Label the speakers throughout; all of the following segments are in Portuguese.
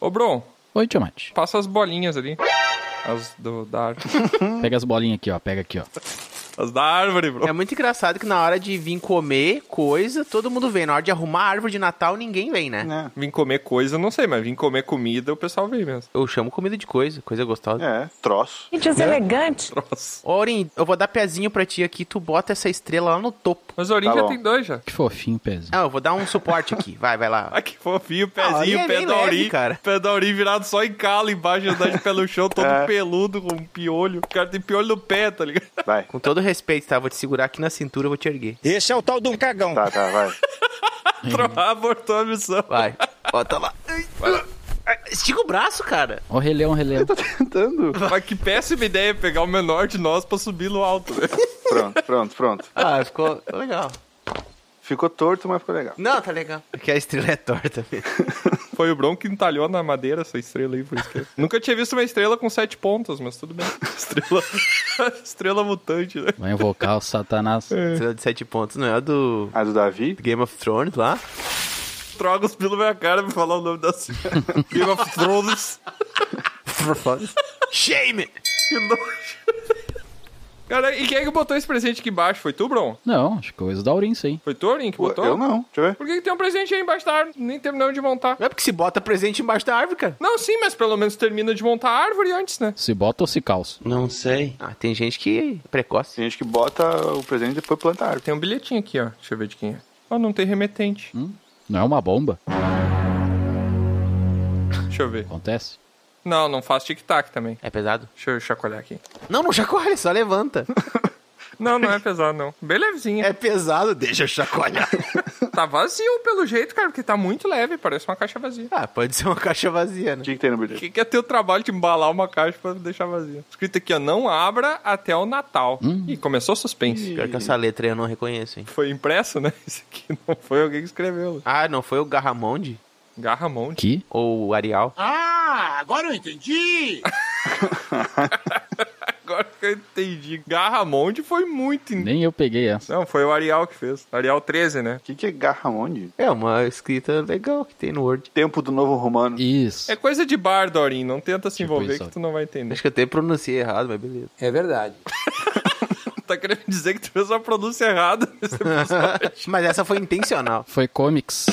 Speaker 1: Ô, Bron,
Speaker 2: Oi, Tiamat.
Speaker 1: passa as bolinhas ali. As do, da árvore.
Speaker 2: Pega as bolinhas aqui, ó. Pega aqui, ó.
Speaker 1: As da árvore, Bron.
Speaker 3: É muito engraçado que na hora de vir comer coisa, todo mundo vem. Na hora de arrumar a árvore de Natal, ninguém vem, né?
Speaker 4: né?
Speaker 1: Vim comer coisa, não sei, mas vim comer comida, o pessoal vem mesmo.
Speaker 3: Eu chamo comida de coisa, coisa gostosa.
Speaker 4: É, troço.
Speaker 5: Gente, deselegante.
Speaker 1: Troço.
Speaker 3: Ô, Orin, eu vou dar pezinho pra ti aqui, tu bota essa estrela lá no topo.
Speaker 1: Mas o Orin
Speaker 4: Tá
Speaker 1: já
Speaker 4: bom.
Speaker 1: tem dois já.
Speaker 2: Que fofinho, pezinho.
Speaker 3: Ah, eu vou dar um suporte aqui. Vai, vai lá.
Speaker 1: Ah, que fofinho,
Speaker 3: Ah, ali
Speaker 1: pezinho,
Speaker 3: é
Speaker 1: pé
Speaker 3: bem
Speaker 1: da
Speaker 3: leve,
Speaker 1: Orin.
Speaker 3: cara.
Speaker 1: Pé da Orin virado só em calo embaixo, andando de pé no chão, todo
Speaker 4: É.
Speaker 1: peludo, com um piolho. O cara tem piolho no pé, tá ligado?
Speaker 4: Vai.
Speaker 3: Com todo respeito, tá? Vou te segurar aqui na cintura, eu vou te erguer.
Speaker 6: Esse é o tal de um cagão.
Speaker 4: Tá, tá, vai.
Speaker 1: Tro- Abortou a missão.
Speaker 3: Uhum. Vai, bota lá. Ai, Estica o braço, cara.
Speaker 2: Ó, releão, releão.
Speaker 4: Tô tentando.
Speaker 1: Mas que péssima ideia é pegar o menor de nós pra subir no alto, né?
Speaker 4: Pronto, pronto, pronto.
Speaker 3: Ah, ficou legal.
Speaker 4: Ficou torto, mas ficou legal.
Speaker 3: Não, tá legal. Porque a estrela é torta mesmo.
Speaker 1: Foi o Bron que entalhou na madeira essa estrela aí, por isso que... é. Nunca tinha visto uma estrela com sete pontas, mas tudo bem. Estrela... estrela mutante, né?
Speaker 2: Vai invocar o Satanás.
Speaker 3: Estrela de sete pontos, não é a do
Speaker 4: A do Davi?
Speaker 3: Game of Thrones lá?
Speaker 1: Troca os pelo minha cara pra falar o nome da série. Game of Thrones.
Speaker 3: Shame!
Speaker 1: Que nojo. Cara, e quem é que botou esse presente aqui embaixo? Foi tu, Bron?
Speaker 2: Não, acho que coisa da Aurin, isso aí.
Speaker 1: Foi tu, Orin, que botou?
Speaker 4: Eu não. Deixa eu ver.
Speaker 1: Por que, que tem um presente aí embaixo da árvore? Nem terminou de montar.
Speaker 3: Não é porque se bota presente embaixo da árvore, cara.
Speaker 1: Não, sim, mas pelo menos termina de montar a árvore antes, né?
Speaker 2: Se bota ou se calça?
Speaker 6: Não sei.
Speaker 3: Ah, tem gente que é precoce.
Speaker 4: Tem gente que bota o presente e depois planta a árvore.
Speaker 1: Tem um bilhetinho aqui, ó. Deixa eu ver de quem é. Ó, não tem remetente.
Speaker 4: Hum?
Speaker 2: Não é uma bomba?
Speaker 1: Deixa eu ver.
Speaker 2: Acontece.
Speaker 1: Não, não faz tic-tac também.
Speaker 3: É pesado?
Speaker 1: Deixa eu chacoalhar aqui.
Speaker 3: Não, não chacoalha, só levanta.
Speaker 1: Não, não é pesado, não. Bem levezinha.
Speaker 3: é pesado, deixa eu chacoalhar.
Speaker 1: Tá vazio pelo jeito, cara, porque tá muito leve. Parece uma caixa vazia.
Speaker 3: ah, pode ser uma caixa vazia, né?
Speaker 4: O que, que tem no
Speaker 1: O
Speaker 4: bilhete?
Speaker 1: que, que é teu trabalho de embalar uma caixa pra deixar vazia? Escrito aqui, ó, não abra até o Natal.
Speaker 2: Hum.
Speaker 1: Ih, começou o suspense.
Speaker 3: Pior que essa letra aí eu não reconheço, hein?
Speaker 1: Foi impresso, né? Isso aqui não foi alguém que escreveu. né?
Speaker 3: Ah, não foi o Garramonde?
Speaker 1: Garra monte.
Speaker 2: Que?
Speaker 3: Ou o Arial?
Speaker 1: Agora que eu entendi. Garra monte foi muito. in-
Speaker 2: Nem eu peguei essa.
Speaker 1: Não, foi o Arial que fez. Arial 13, né?
Speaker 4: O que, que é Garramonde?
Speaker 3: É uma escrita legal que tem no Word.
Speaker 4: Tempo do Novo Romano.
Speaker 2: Isso.
Speaker 1: É coisa de bar, Dorin. Não tenta se
Speaker 2: Tipo
Speaker 1: envolver
Speaker 2: isso.
Speaker 1: que tu não vai entender.
Speaker 3: Acho que eu até pronunciei errado, mas beleza.
Speaker 1: tá querendo dizer que tu fez uma pronúncia errada. nesse episódio.
Speaker 3: Mas essa foi intencional.
Speaker 2: Foi comics.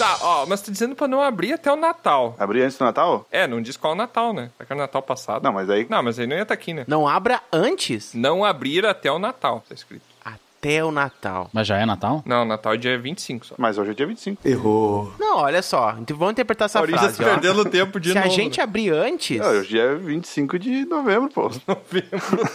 Speaker 1: tá, ó, mas tô dizendo pra não abrir até o Natal.
Speaker 4: Abrir antes do Natal?
Speaker 1: É, não diz qual Natal, né? Tá que era Natal passado.
Speaker 4: Não, mas aí.
Speaker 1: Não, mas aí não ia estar aqui, né?
Speaker 3: Não abra antes
Speaker 1: Não abrir até o Natal, tá escrito.
Speaker 3: até o Natal.
Speaker 2: Mas já é Natal?
Speaker 1: Não, Natal é dia 25 só.
Speaker 4: Mas hoje é dia 25.
Speaker 3: Não, olha só. Então vamos interpretar essa
Speaker 1: Maurício tá
Speaker 3: frase, ó.
Speaker 1: perdendo tempo de
Speaker 3: Se
Speaker 1: novo. né?
Speaker 3: a gente abrir antes...
Speaker 4: Não, hoje é dia 25 de novembro, pô.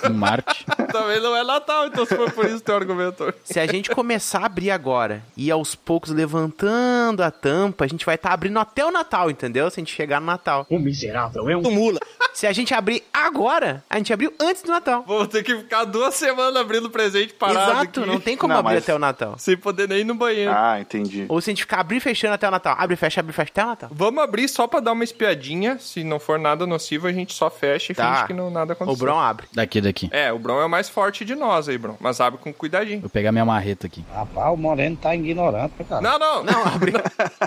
Speaker 2: Em Marte.
Speaker 1: Também não é Natal, então se for por isso teu argumento.
Speaker 3: Se a gente começar a abrir agora e aos poucos levantando a tampa, a gente vai estar abrindo até o Natal, entendeu? Se a gente chegar no Natal.
Speaker 7: O miserável é um.
Speaker 6: Mula.
Speaker 3: Se a gente abrir agora, a gente abriu antes do Natal.
Speaker 1: Vou ter que ficar duas semanas abrindo presente parado
Speaker 3: Exato,
Speaker 1: aqui,
Speaker 3: não tem como
Speaker 4: Não,
Speaker 3: abrir
Speaker 4: mas-
Speaker 3: até o Natal.
Speaker 1: sem poder nem ir no banheiro.
Speaker 4: Ah, entendi.
Speaker 3: Ou se a gente ficar abrindo e fechando até o Natal. Abre, fecha, abre, fecha até o Natal.
Speaker 1: Vamos abrir só pra dar uma espiadinha. Se não for nada nocivo, a gente só fecha e
Speaker 3: Tá.
Speaker 1: finge que não, nada
Speaker 3: O
Speaker 1: aconteceu.
Speaker 3: Bron abre.
Speaker 2: Daqui, daqui.
Speaker 1: É, o Bron é o mais forte de nós aí, Bron. Mas abre com cuidadinho.
Speaker 2: Vou pegar minha marreta aqui.
Speaker 7: Rapaz, o Moreno tá ignorante, cara.
Speaker 1: Não, não, não.
Speaker 3: Não, abre.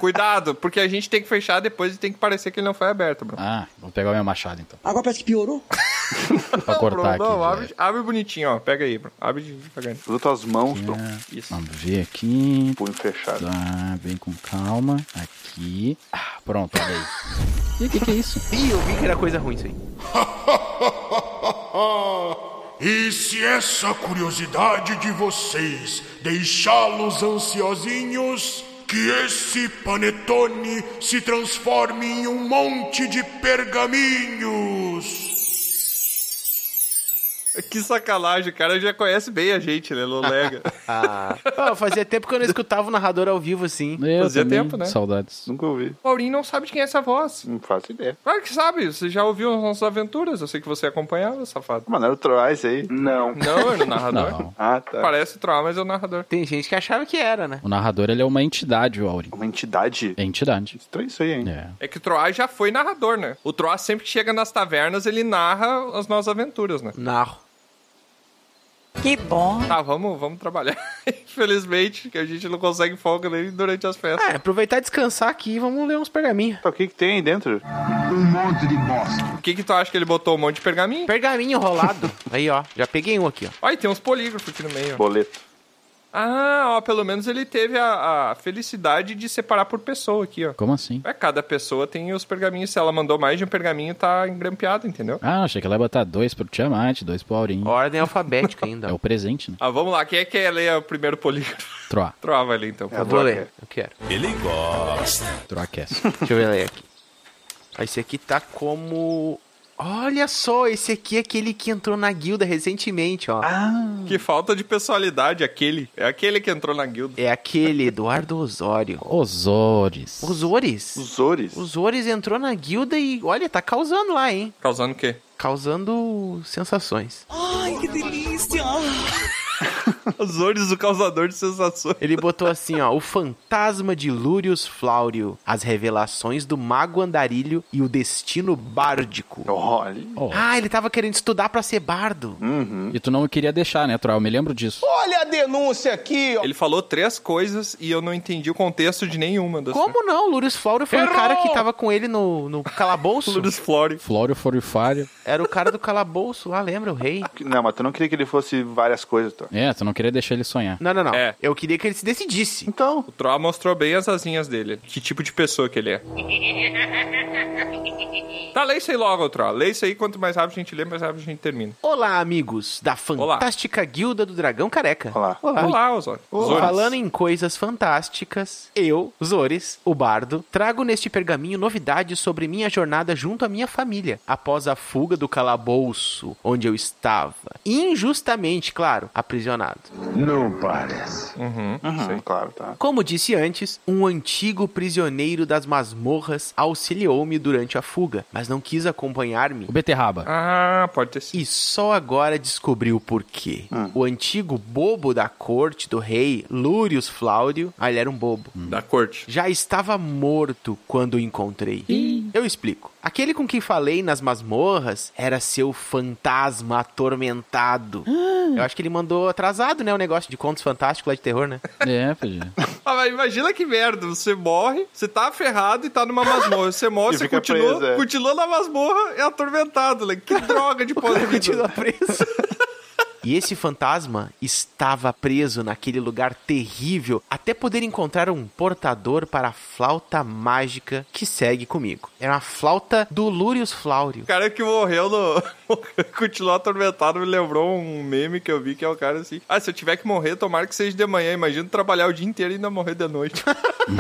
Speaker 1: Cuidado, porque a gente tem que fechar depois e tem que parecer que ele não foi aberto, Bron.
Speaker 2: Ah, vou pegar minha machada então.
Speaker 6: Agora parece que piorou.
Speaker 2: Pra
Speaker 1: Bron,
Speaker 2: cortar
Speaker 1: não,
Speaker 2: aqui.
Speaker 1: abre, abre bonitinho, ó. Pega aí, Bron. Abre de- devagarinho.
Speaker 4: Usa tuas mãos pro
Speaker 2: velho. Vamos ver aqui.
Speaker 4: punho fechado.
Speaker 2: É. Tá, bem com calma. Aqui. Ah, pronto, olha aí. E o que, que é isso?
Speaker 3: Ih, eu vi que era coisa ruim isso aí.
Speaker 8: E se essa curiosidade de vocês deixá-los ansiosinhos, que esse panetone se transforme em um monte de pergaminhos.
Speaker 1: Que sacanagem, o cara já conhece bem a gente, né, Lolega?
Speaker 3: Ah, fazia tempo que eu não escutava o narrador ao vivo assim.
Speaker 2: Eu
Speaker 1: Fazia
Speaker 2: também,
Speaker 1: tempo, né?
Speaker 2: Saudades.
Speaker 4: Nunca ouvi.
Speaker 1: Paulinho não sabe de quem é essa voz.
Speaker 4: Não faço ideia.
Speaker 1: Claro que sabe, você já ouviu as nossas aventuras, eu sei que você acompanhava, safado.
Speaker 4: Mano, era o Troá isso aí? Não.
Speaker 1: Não, é? era o narrador.
Speaker 2: Não.
Speaker 4: Ah, tá.
Speaker 1: Parece o Troá, mas é o narrador.
Speaker 3: Tem gente que achava que era, né?
Speaker 2: O narrador, ele é uma entidade, o Aurim.
Speaker 4: Uma entidade.
Speaker 2: É entidade.
Speaker 4: Estranho isso aí, hein?
Speaker 2: É.
Speaker 1: É que o Troá já foi narrador, né? O Troá sempre que chega nas tavernas, ele narra as nossas aventuras, né?
Speaker 3: Narro.
Speaker 5: Que bom.
Speaker 1: Tá, vamos, vamos trabalhar. Infelizmente, que a gente não consegue folga nem durante as festas.
Speaker 3: Ah, aproveitar e descansar aqui e vamos ler uns pergaminhos.
Speaker 4: Tá, o que que tem aí dentro?
Speaker 1: O que que tu acha que ele botou um monte de pergaminho?
Speaker 3: Pergaminho rolado. Aí, ó. Já peguei um aqui, ó.
Speaker 1: Olha, e tem uns polígrafos aqui no meio. ó.
Speaker 4: Boleto.
Speaker 1: Ah, ó, pelo menos ele teve a, a felicidade de separar por pessoa aqui, ó.
Speaker 2: Como assim?
Speaker 1: É, cada pessoa tem os pergaminhos. Se ela mandou mais de um pergaminho, tá engrampeado, entendeu?
Speaker 2: Ah, achei que ela ia botar dois pro Tiamat, dois pro Aurim.
Speaker 3: Ordem alfabética
Speaker 2: É
Speaker 3: ainda.
Speaker 2: o presente, né?
Speaker 1: Ah, vamos lá. Quem é que lê o primeiro polígrafo?
Speaker 2: Troa.
Speaker 1: Troá vai ler, então.
Speaker 3: Eu
Speaker 2: é.
Speaker 3: vou ler. Eu quero.
Speaker 2: Troacast.
Speaker 3: Deixa eu ver ler aqui. Ó, Esse aqui tá como... Olha só, esse aqui é aquele que entrou na guilda recentemente, ó.
Speaker 2: Ah.
Speaker 1: Que falta de pessoalidade, aquele. É aquele que entrou na guilda.
Speaker 3: É aquele Eduardo Osório.
Speaker 2: Osores.
Speaker 3: Osores?
Speaker 4: Os Ores.
Speaker 3: Osores entrou na guilda e, olha, tá causando lá, hein?
Speaker 1: Causando o quê?
Speaker 3: Causando sensações.
Speaker 5: Ai, que delícia.
Speaker 1: Os olhos do causador de sensações.
Speaker 3: Ele botou assim, ó, o fantasma de Lúrius Flaurio, as revelações do mago andarilho e o destino bárdico.
Speaker 4: Olha.
Speaker 2: Oh.
Speaker 3: Ah, ele tava querendo estudar pra ser bardo.
Speaker 2: E tu não queria deixar, né, Troa? Eu me lembro disso.
Speaker 6: Olha a denúncia aqui, ó.
Speaker 1: Ele falou três coisas e eu não entendi o contexto de nenhuma das
Speaker 3: Como não? Lúrius Flaurio foi o cara que tava com ele no, no calabouço.
Speaker 1: Lúrius Flório.
Speaker 2: Flório Forifário.
Speaker 3: Era o cara do calabouço lá, lembra? O rei.
Speaker 4: Não, mas tu não queria que ele fosse várias coisas, tu.
Speaker 2: É, tu não queria deixar ele sonhar.
Speaker 3: Não, não, não.
Speaker 1: É.
Speaker 3: Eu queria que ele se decidisse.
Speaker 4: Então,
Speaker 1: O Troá mostrou bem as asinhas dele. Que tipo de pessoa que ele é. Tá, lê isso aí logo, Troá. Lê isso aí. Quanto mais rápido a gente lê, mais rápido a gente termina.
Speaker 3: Olá, amigos da fantástica Guilda do Dragão Careca.
Speaker 4: Olá.
Speaker 3: Olá.
Speaker 1: Olá, Osório. Osório.
Speaker 3: Falando em coisas fantásticas, eu, Zores, o bardo, trago neste pergaminho novidades sobre minha jornada junto à minha família, após a fuga do calabouço onde eu estava. Injustamente, claro, aprisionado.
Speaker 4: sim, claro, tá.
Speaker 3: Como disse antes, um antigo prisioneiro das masmorras auxiliou-me durante a fuga, mas não quis acompanhar-me.
Speaker 2: O Beterraba.
Speaker 1: Ah, pode ter sido.
Speaker 3: E só agora descobriu o porquê. O antigo bobo da corte do rei, Lúrius Flaurio, ah, ele era um bobo,
Speaker 1: Da corte.
Speaker 3: já estava morto quando o encontrei. Eu explico. Aquele com quem falei nas masmorras era seu fantasma atormentado. Eu acho que ele mandou atrasado, né? O negócio de contos fantásticos lá de terror, né?
Speaker 2: É, PG.
Speaker 1: Ah, mas imagina que merda. Você morre, você tá ferrado e tá numa masmorra. Você morre,
Speaker 4: E
Speaker 1: você
Speaker 4: fica
Speaker 1: continua,
Speaker 4: preso, é.
Speaker 1: continua na masmorra é atormentado, né? Que droga de poder.
Speaker 3: Continua preso. E esse fantasma estava preso naquele lugar terrível até poder encontrar um portador para a flauta mágica que segue comigo. Era uma flauta do Lúrius Flaurio.
Speaker 1: O cara que morreu no. continuou atormentado me lembrou um meme que eu vi que é o cara assim. Ah, se eu tiver que morrer, tomara que seja de manhã. Imagina trabalhar o dia inteiro e ainda morrer de noite.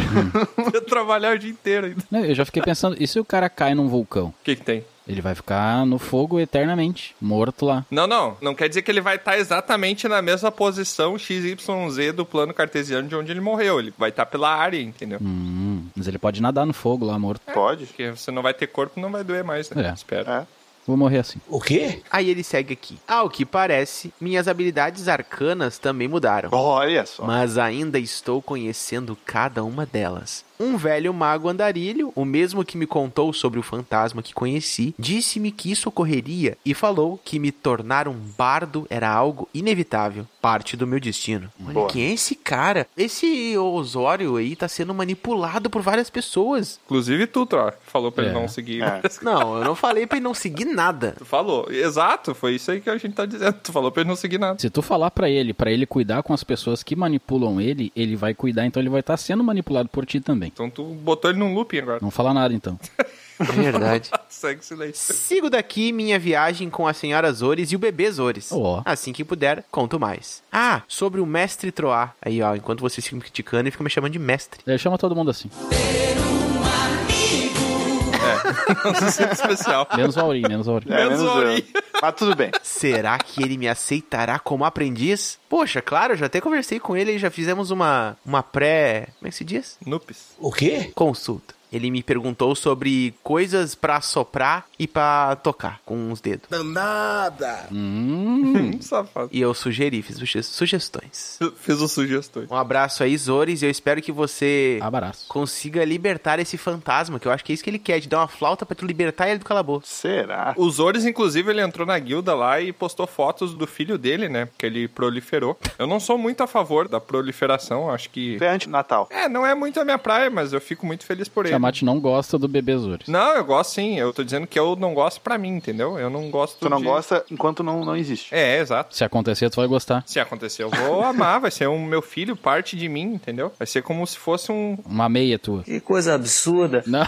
Speaker 1: Eu trabalhar o dia inteiro ainda.
Speaker 2: Não, eu já fiquei pensando, e se o cara cai num vulcão?
Speaker 1: O que, que tem?
Speaker 2: Ele vai ficar no fogo eternamente, morto lá.
Speaker 1: Não, não. Não quer dizer que ele vai estar exatamente na mesma posição XYZ do plano cartesiano de onde ele morreu. Ele vai estar pela área, entendeu?
Speaker 2: Hum, mas ele pode nadar no fogo lá, morto.
Speaker 4: Pode?
Speaker 1: Porque você não vai ter corpo, não vai doer mais, né?
Speaker 2: É.
Speaker 1: Espera.
Speaker 4: É.
Speaker 2: Vou morrer assim.
Speaker 6: O quê?
Speaker 3: Aí ele segue aqui. Ao que parece, minhas habilidades arcanas também mudaram.
Speaker 4: Olha só.
Speaker 3: Mas ainda estou conhecendo cada uma delas. Um velho mago andarilho, o mesmo que me contou sobre o fantasma que conheci, disse-me que isso ocorreria e falou que me tornar um bardo era algo inevitável, parte do meu destino. Olha,
Speaker 4: Boa.
Speaker 3: quem é esse cara? Esse Osório aí tá sendo manipulado por várias pessoas.
Speaker 1: Inclusive tu, Tro, falou pra
Speaker 2: É.
Speaker 1: ele não seguir.
Speaker 4: É.
Speaker 3: Não, eu não falei pra ele não seguir nada.
Speaker 1: Tu falou. Exato, foi isso aí que a gente tá dizendo. Tu falou pra ele não seguir nada.
Speaker 2: Se tu falar pra ele, pra ele cuidar com as pessoas que manipulam ele, ele vai cuidar, então ele vai estar sendo manipulado por ti também.
Speaker 1: Então tu botou ele num looping agora.
Speaker 2: Não fala nada então.
Speaker 3: É Verdade.
Speaker 1: Segue o silêncio.
Speaker 3: Sigo daqui minha viagem com a senhora Zores e o bebê Zores.
Speaker 2: Ó.
Speaker 3: Assim que puder, conto mais. Ah, sobre o mestre Troá. Aí, ó, enquanto vocês ficam me criticando, ele fica me chamando de mestre.
Speaker 2: Ele chama todo mundo assim.
Speaker 1: Não se sinta especial.
Speaker 2: Menos o Aurim, menos o Aurim.
Speaker 4: É,
Speaker 1: Menos
Speaker 4: menos
Speaker 1: o
Speaker 4: eu.
Speaker 1: Aurim.
Speaker 4: Mas tudo bem.
Speaker 3: Será que ele me aceitará como aprendiz? Poxa, claro, já até conversei com ele e já fizemos uma, uma pré. Como é que se diz?
Speaker 1: Nupes.
Speaker 7: O quê?
Speaker 3: Consulta. Ele me perguntou sobre coisas pra soprar e pra tocar com os dedos.
Speaker 2: Hum,
Speaker 1: Hum, safado.
Speaker 3: E eu sugeri, fiz suge- sugestões.
Speaker 1: Fiz o sugestões.
Speaker 3: Um abraço aí, Zores, e eu espero que você
Speaker 2: abraço.
Speaker 3: consiga libertar esse fantasma, que eu acho que é isso que ele quer, de dar uma flauta pra tu libertar ele do calabouço.
Speaker 4: Será?
Speaker 1: O Zores, inclusive, ele entrou na guilda lá e postou fotos do filho dele, né? Que ele proliferou. Eu não sou muito a favor da proliferação, acho que.
Speaker 4: É anti-Natal.
Speaker 1: É, não é muito a minha praia, mas eu fico muito feliz por ele.
Speaker 2: Tiamat não gosta do bebê Zores.
Speaker 1: Não, eu gosto sim. Eu tô dizendo que eu não gosto pra mim, entendeu? Eu não gosto.
Speaker 4: Tu não
Speaker 1: de-
Speaker 4: gosta enquanto não, não existe.
Speaker 1: É, exato.
Speaker 2: Se acontecer, tu vai gostar.
Speaker 1: Se acontecer, eu vou amar, vai ser um meu filho, parte de mim, entendeu? Vai ser como se fosse um.
Speaker 2: Uma meia tua.
Speaker 5: Que coisa absurda.
Speaker 2: Não,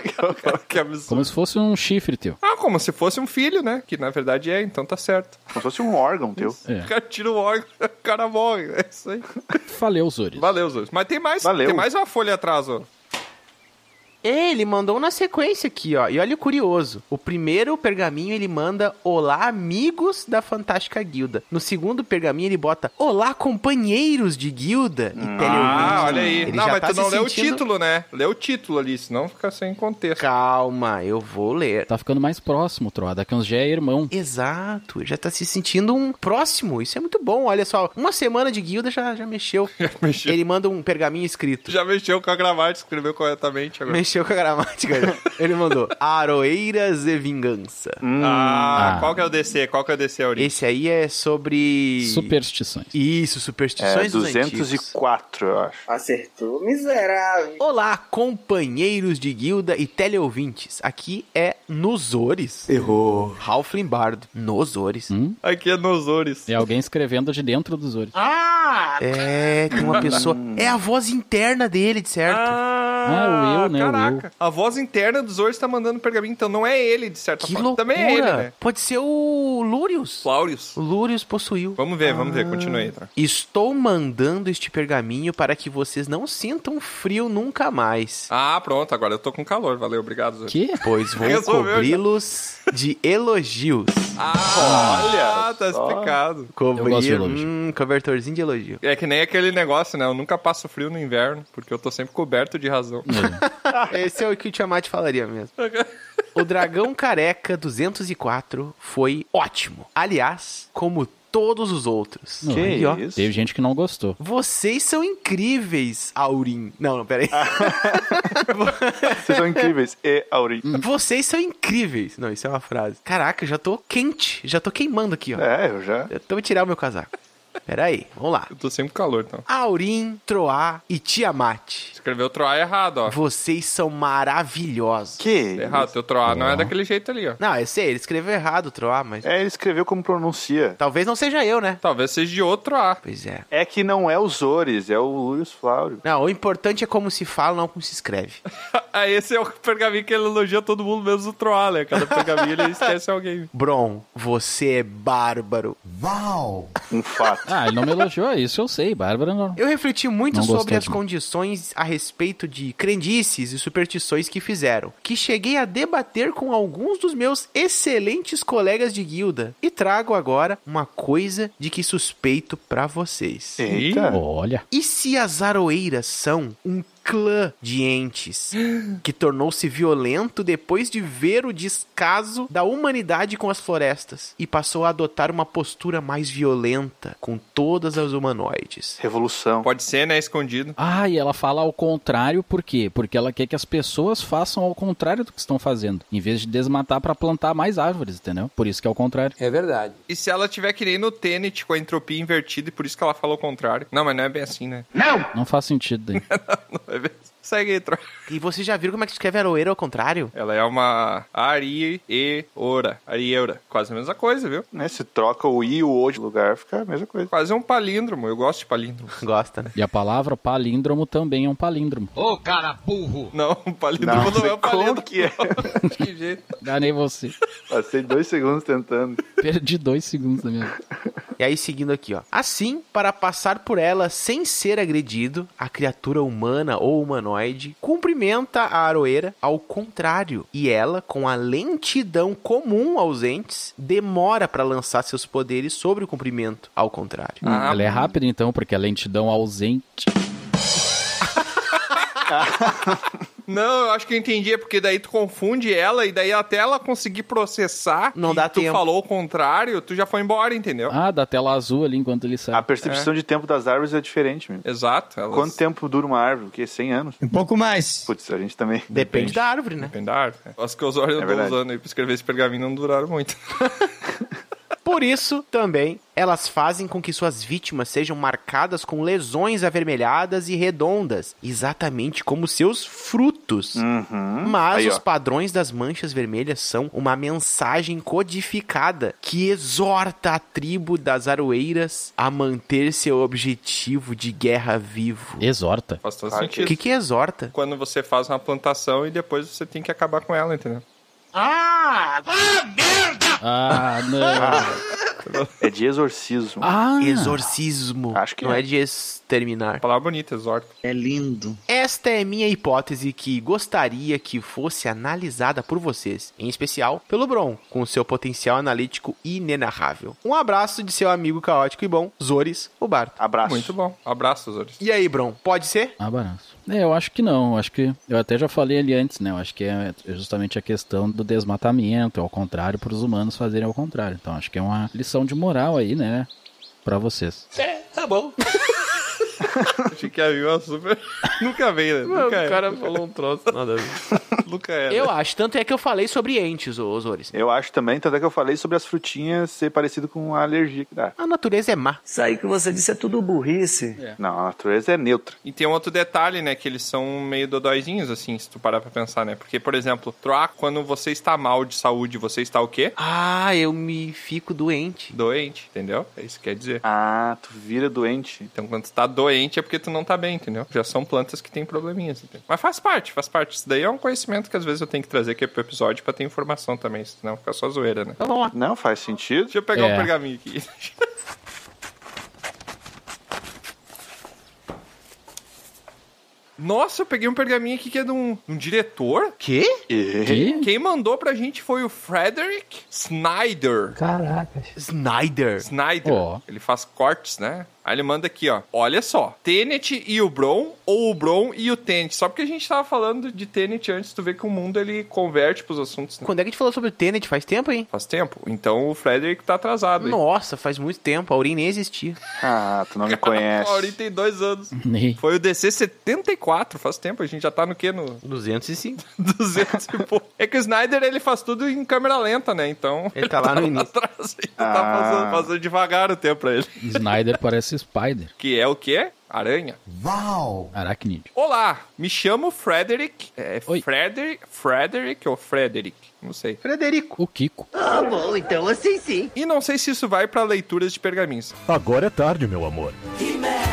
Speaker 1: que absurdo.
Speaker 2: como se fosse um chifre teu.
Speaker 1: Ah, como se fosse um filho, né? Que na verdade é, então tá certo.
Speaker 4: Como se fosse um órgão teu.
Speaker 2: É.
Speaker 1: O cara tira o órgão, o cara morre. É isso aí.
Speaker 2: Falei os Zores.
Speaker 1: Valeu, Zeus. Mas tem mais,
Speaker 4: Valeu.
Speaker 1: tem mais uma folha atrás, ó.
Speaker 3: É, Ele mandou na sequência aqui, ó. E olha o curioso. O primeiro pergaminho ele manda Olá, amigos da Fantástica Guilda. No segundo pergaminho ele bota Olá, companheiros de guilda. E
Speaker 1: Ah,
Speaker 3: teleouvinte.
Speaker 1: olha aí.
Speaker 3: Ele
Speaker 1: não,
Speaker 3: já
Speaker 1: mas
Speaker 3: tá
Speaker 1: tu
Speaker 3: se
Speaker 1: não lê o
Speaker 3: sentindo-
Speaker 1: título, né? Lê o título ali, senão fica sem contexto.
Speaker 3: Calma, eu vou ler.
Speaker 2: Tá ficando mais próximo, Troa. Daqui uns já é irmão.
Speaker 3: Exato, ele já tá se sentindo um próximo. Isso é muito bom, olha só. Uma semana de guilda já, já mexeu.
Speaker 1: mexeu.
Speaker 3: Ele manda um pergaminho escrito.
Speaker 1: Já mexeu com a gravata, escreveu corretamente agora.
Speaker 3: Mexeu com a gramática. ele mandou Aroeiras e Vingança.
Speaker 1: Ah,
Speaker 2: Ah.
Speaker 1: qual que é o DC? Qual que é o DC, Aurinho?
Speaker 3: Esse aí é sobre.
Speaker 2: Superstições.
Speaker 3: Isso,
Speaker 4: É,
Speaker 3: superstições dos antigos.
Speaker 4: 204, eu acho.
Speaker 5: Acertou, miserável.
Speaker 3: Olá, companheiros de guilda e teleouvintes. Aqui é Nosores. Errou. Ralph Limbardo. Nosores.
Speaker 1: Aqui é Nosores.
Speaker 2: É alguém escrevendo de dentro dos Zores. Ah,
Speaker 3: É, tem uma pessoa.
Speaker 1: Hum.
Speaker 3: É a voz interna dele, de certo.
Speaker 2: Ah, o eu, né, o eu.
Speaker 1: Caraca. A voz interna dos Zores tá mandando pergaminho, então não é ele, de certa
Speaker 3: que
Speaker 1: forma.
Speaker 3: loucura.
Speaker 1: Também é ele, né?
Speaker 3: Pode ser o Lúrius.
Speaker 1: Claurius.
Speaker 3: O Lúrius possuiu.
Speaker 1: Vamos ver, vamos ver, continue aí, tá?
Speaker 3: Estou mandando este pergaminho para que vocês não sintam frio nunca mais.
Speaker 1: Ah, pronto, agora eu tô com calor, valeu, obrigado, Zores.
Speaker 2: Que?
Speaker 3: Pois vou
Speaker 1: Resolveu já.
Speaker 3: cobri-los de elogios.
Speaker 1: Ah,
Speaker 4: Olha
Speaker 1: tá explicado.
Speaker 2: Eu gosto de
Speaker 3: Cobrir
Speaker 2: elogio.
Speaker 3: um cobertorzinho de elogio.
Speaker 1: É que nem aquele negócio, né? Eu nunca passo frio no inverno, porque eu tô sempre coberto de razão.
Speaker 3: Esse é o que o Tiamat falaria mesmo. O Dragão Careca 204 foi ótimo. Aliás, como todos os outros.
Speaker 2: Não,
Speaker 4: Que
Speaker 3: Aí, ó.
Speaker 4: isso?
Speaker 2: Teve gente que não gostou.
Speaker 3: Vocês são incríveis, Aurim. Não, não, peraí.
Speaker 4: Vocês são incríveis. E Auri.
Speaker 3: Hum. Vocês são incríveis. Não, isso é uma frase. Caraca, eu já tô quente. Já tô queimando aqui, ó.
Speaker 4: É, eu já.
Speaker 3: Eu tô vou tirar o meu casaco. Peraí, vamos lá.
Speaker 1: Eu tô sempre com calor, então.
Speaker 3: Aurim, Troá e Tiamat.
Speaker 1: Escreveu Troar errado, ó.
Speaker 3: Vocês são maravilhosos.
Speaker 4: Que?
Speaker 1: Errado, teu Troar não é daquele jeito ali, ó.
Speaker 3: Não, eu sei, ele escreveu errado, Troá, mas.
Speaker 4: É, ele escreveu como pronuncia.
Speaker 3: Talvez não seja eu, né?
Speaker 1: Talvez seja de outro A.
Speaker 3: Pois é.
Speaker 4: É que não é os Ores, é o Lúrius Flaurio.
Speaker 3: Não, o importante é como se fala, não como se escreve.
Speaker 1: Ah, esse é o pergaminho que ele elogia todo mundo, menos o Troar, né? Cada pergaminho ele esquece alguém.
Speaker 3: Bron, você é bárbaro.
Speaker 4: Um fato.
Speaker 2: Ah, ele não me elogiou, isso eu sei, Bárbara não.
Speaker 3: Eu refleti muito
Speaker 2: Não
Speaker 3: sobre
Speaker 2: gostou
Speaker 3: as
Speaker 2: de mim.
Speaker 3: condições a respeito de crendices e superstições que fizeram, que cheguei a debater com alguns dos meus excelentes colegas de guilda. E trago agora uma coisa de que suspeito pra vocês.
Speaker 4: Eita.
Speaker 2: Olha,
Speaker 3: E se as aroeiras são um clã de entes que tornou-se violento depois de ver o descaso da humanidade com as florestas e passou a adotar uma postura mais violenta com todas as humanoides?
Speaker 4: Revolução.
Speaker 1: Pode ser, né? Escondido.
Speaker 2: Ah, e ela fala ao contrário, por quê? Porque ela quer que as pessoas façam ao contrário do que estão fazendo, em vez de desmatar pra plantar mais árvores, entendeu? Por isso que é o contrário.
Speaker 1: E se ela tiver que nem no Tenet com a entropia invertida e por isso que ela falou o contrário? Não, mas não é bem assim, né?
Speaker 2: Não faz sentido daí.
Speaker 1: Não é bem assim. Segue aí, Troar.
Speaker 3: E vocês já viram como é que escreve aroeira ao contrário?
Speaker 1: Ela é uma Arieura. Arieura. Quase a mesma coisa, viu?
Speaker 4: Né, se troca o I e o O de lugar, fica a mesma coisa.
Speaker 1: Quase um palíndromo. Eu gosto de palíndromo.
Speaker 3: Gosta, né?
Speaker 2: E a palavra palíndromo também é um palíndromo.
Speaker 3: Uh.
Speaker 1: Não, palíndromo não, é um palíndromo.
Speaker 4: como que é?
Speaker 1: Que jeito.
Speaker 2: Danei você.
Speaker 4: Passei dois segundos tentando.
Speaker 2: Perdi dois segundos da minha vida.
Speaker 3: E aí, seguindo aqui, ó. Assim, para passar por ela sem ser agredido, a criatura humana ou humanoide cumprimenta a aroeira ao contrário. E ela, com a lentidão comum aos entes, demora para lançar seus poderes sobre o cumprimento ao contrário.
Speaker 1: Ah,
Speaker 2: Ela é rápida então, porque a lentidão ausente.
Speaker 1: Não, eu acho que eu entendi, é porque daí tu confunde ela e daí até ela conseguir processar
Speaker 3: Não
Speaker 1: que
Speaker 3: dá
Speaker 1: tu
Speaker 3: tempo.
Speaker 1: falou o contrário, tu já foi embora, entendeu?
Speaker 2: Ah, da tela azul ali enquanto ele
Speaker 1: Tá.
Speaker 2: sai.
Speaker 4: A percepção de tempo das árvores é diferente, meu.
Speaker 1: Exato. Elas...
Speaker 4: Quanto tempo dura uma árvore? O quê? 100 anos?
Speaker 9: Um pouco mais.
Speaker 4: Putz, a gente também.
Speaker 3: Depende da árvore, né?
Speaker 1: Depende da arte. é. As que eu uso, eu tô
Speaker 4: É verdade.
Speaker 1: usando aí pra escrever esse pergaminho não duraram muito.
Speaker 3: Por isso, também, elas fazem com que suas vítimas sejam marcadas com lesões avermelhadas e redondas, exatamente como seus frutos.
Speaker 4: Uhum.
Speaker 3: Mas
Speaker 4: Aí,
Speaker 3: os
Speaker 4: ó.
Speaker 3: padrões das manchas vermelhas são uma mensagem codificada que exorta a tribo das aroeiras a manter seu objetivo de guerra vivo.
Speaker 2: Exorta.
Speaker 1: Faz todo
Speaker 4: Ah,
Speaker 3: O
Speaker 1: sentido.
Speaker 3: que, que exorta?
Speaker 1: Quando você faz uma plantação e depois você tem que acabar com ela, entendeu?
Speaker 2: Ah, não.
Speaker 4: É de exorcismo.
Speaker 2: Ah,
Speaker 3: Exorcismo.
Speaker 4: Acho que
Speaker 3: não é,
Speaker 4: é
Speaker 3: de exterminar.
Speaker 1: Palavra bonita, exorta.
Speaker 5: É lindo.
Speaker 3: Esta é minha hipótese que gostaria que fosse analisada por vocês, em especial pelo Bron, com seu potencial analítico inenarrável. Um abraço de seu amigo caótico e bom, Zores, o Barto.
Speaker 4: Abraço.
Speaker 1: Muito bom. Abraços, Zores.
Speaker 3: E aí, Bron, pode ser?
Speaker 2: Ah, balanço. É, eu acho que não. eu Acho que eu até já falei ali antes, né? Eu acho que é justamente a questão do desmatamento, ao contrário, para os humanos fazerem ao contrário. Então acho que é uma lição de moral aí, né? Pra vocês.
Speaker 1: Achei que havia uma super. Nunca veio, né? Nunca é.
Speaker 3: falou um troço, nada a ver.
Speaker 1: Nunca é. né?
Speaker 3: Eu acho, tanto é que eu falei sobre entes, ô Zores.
Speaker 4: Eu acho também, tanto é que eu falei sobre as frutinhas ser parecido com a alergia que dá.
Speaker 3: A natureza é má.
Speaker 5: Isso aí que você disse é tudo burrice.
Speaker 4: Não, a natureza é neutra.
Speaker 1: E tem um outro detalhe, né? Que eles são meio dodóizinhos, assim, se tu parar pra pensar, né? Porque, por exemplo, troar quando você está mal de saúde, você está o quê?
Speaker 3: Ah, eu me fico doente.
Speaker 1: Doente, entendeu? É isso que quer dizer.
Speaker 4: Ah, tu vira doente.
Speaker 1: Então, quando tu tá doente é porque tu não tá bem, entendeu? Já são plantas que têm probleminhas, entendeu? Mas faz parte, faz parte. Isso daí é um conhecimento que às vezes eu tenho que trazer aqui pro episódio pra ter informação também, senão fica só zoeira, né?
Speaker 3: Então vamos lá.
Speaker 4: Não faz sentido.
Speaker 1: Deixa eu pegar
Speaker 2: É.
Speaker 1: um pergaminho aqui. Nossa, eu peguei um pergaminho aqui que é de um, um diretor.
Speaker 3: Quê?
Speaker 2: E
Speaker 1: Quem mandou pra gente foi o Frederick Snyder.
Speaker 3: Snyder.
Speaker 1: Snyder.
Speaker 2: Ó.
Speaker 1: Ele faz cortes, né? Aí ele manda aqui, ó. Olha só. Tenet e o Bron, ou o Bron e o Tenet. Só porque a gente tava falando de Tenet antes, tu vê que o mundo ele converte pros assuntos né?
Speaker 3: Quando é que a gente falou sobre o Tenet? Faz tempo, hein?
Speaker 1: faz tempo. Então o Frederick tá atrasado. hein?
Speaker 3: Nossa, faz muito tempo. A Aurim nem existia.
Speaker 4: Ah, tu não
Speaker 1: tá
Speaker 4: me
Speaker 1: O Aurim
Speaker 4: conhece.
Speaker 1: tem dois anos.
Speaker 2: nem.
Speaker 1: Foi o DC 74, faz tempo. A gente já tá no quê? No
Speaker 3: 205.
Speaker 1: 200 e pouco. É que o Snyder, ele faz tudo em câmera lenta, né? Então...
Speaker 3: Ele tá lá no início.
Speaker 1: Atrás, ele tá
Speaker 4: Ah.
Speaker 1: passando, passando devagar o tempo pra ele.
Speaker 2: Snyder parece Spider.
Speaker 1: Que é o quê? Aranha.
Speaker 2: Aracnídeo.
Speaker 1: Olá, me chamo Frederick. É
Speaker 2: Oi.
Speaker 1: Frederick, Frederick ou Frederick? Não sei.
Speaker 3: Frederico.
Speaker 2: O Kiko.
Speaker 5: Ah, bom, então assim sim.
Speaker 1: E não sei se isso vai pra leituras de pergaminhos.
Speaker 10: Agora é tarde, meu amor.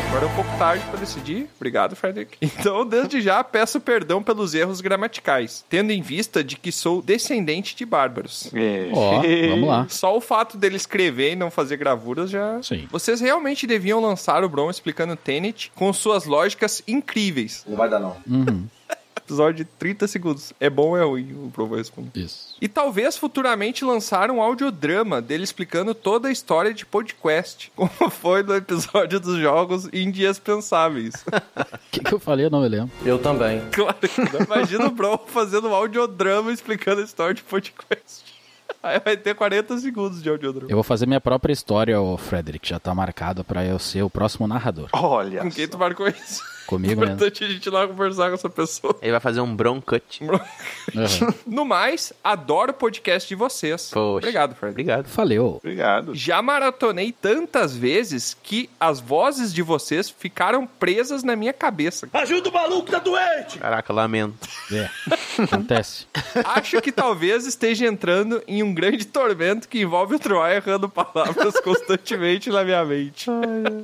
Speaker 1: Agora é um pouco tarde pra decidir. Obrigado, Frederick. Então, desde já, peço perdão pelos erros gramaticais, tendo em vista de que sou descendente de bárbaros.
Speaker 4: É.
Speaker 2: Ó, vamos lá.
Speaker 1: Só o fato dele escrever e não fazer gravuras já.
Speaker 2: Sim.
Speaker 1: Vocês realmente deviam lançar o Bron explicando Tenet com suas lógicas incríveis.
Speaker 10: Não vai dar, não.
Speaker 2: Uhum.
Speaker 1: Episódio de 30 segundos. É bom ou é ruim? O Bron vai responder.
Speaker 2: Isso.
Speaker 1: E talvez futuramente lançar um audiodrama dele explicando toda a história de podcast, como foi no episódio dos jogos indispensáveis.
Speaker 2: O que, que eu falei? Eu não me lembro.
Speaker 1: claro que não. Imagina o Bro fazendo um audiodrama explicando a história de podcast. Aí vai ter 40 segundos de audiodrama.
Speaker 2: Eu vou fazer minha própria história, ô Frederick. Já tá marcado pra eu ser o próximo narrador.
Speaker 4: Olha.
Speaker 1: Com quem
Speaker 4: só.
Speaker 1: tu marcou isso?
Speaker 2: Comigo né? mesmo.
Speaker 1: Importante a gente ir lá conversar com essa pessoa.
Speaker 3: Ele vai fazer um Bron cut.
Speaker 2: É. Uhum.
Speaker 1: No mais, adoro o podcast de vocês.
Speaker 3: Poxa.
Speaker 1: Obrigado, Fred.
Speaker 3: Obrigado.
Speaker 2: Falei, ô.
Speaker 4: Obrigado.
Speaker 1: Já maratonei tantas vezes que as vozes
Speaker 6: tá
Speaker 1: de vocês ficaram presas na minha cabeça.
Speaker 3: Caraca, lamento.
Speaker 2: É, acontece.
Speaker 1: Acho que talvez esteja entrando em um grande tormento que envolve o Troy errando palavras constantemente na minha mente.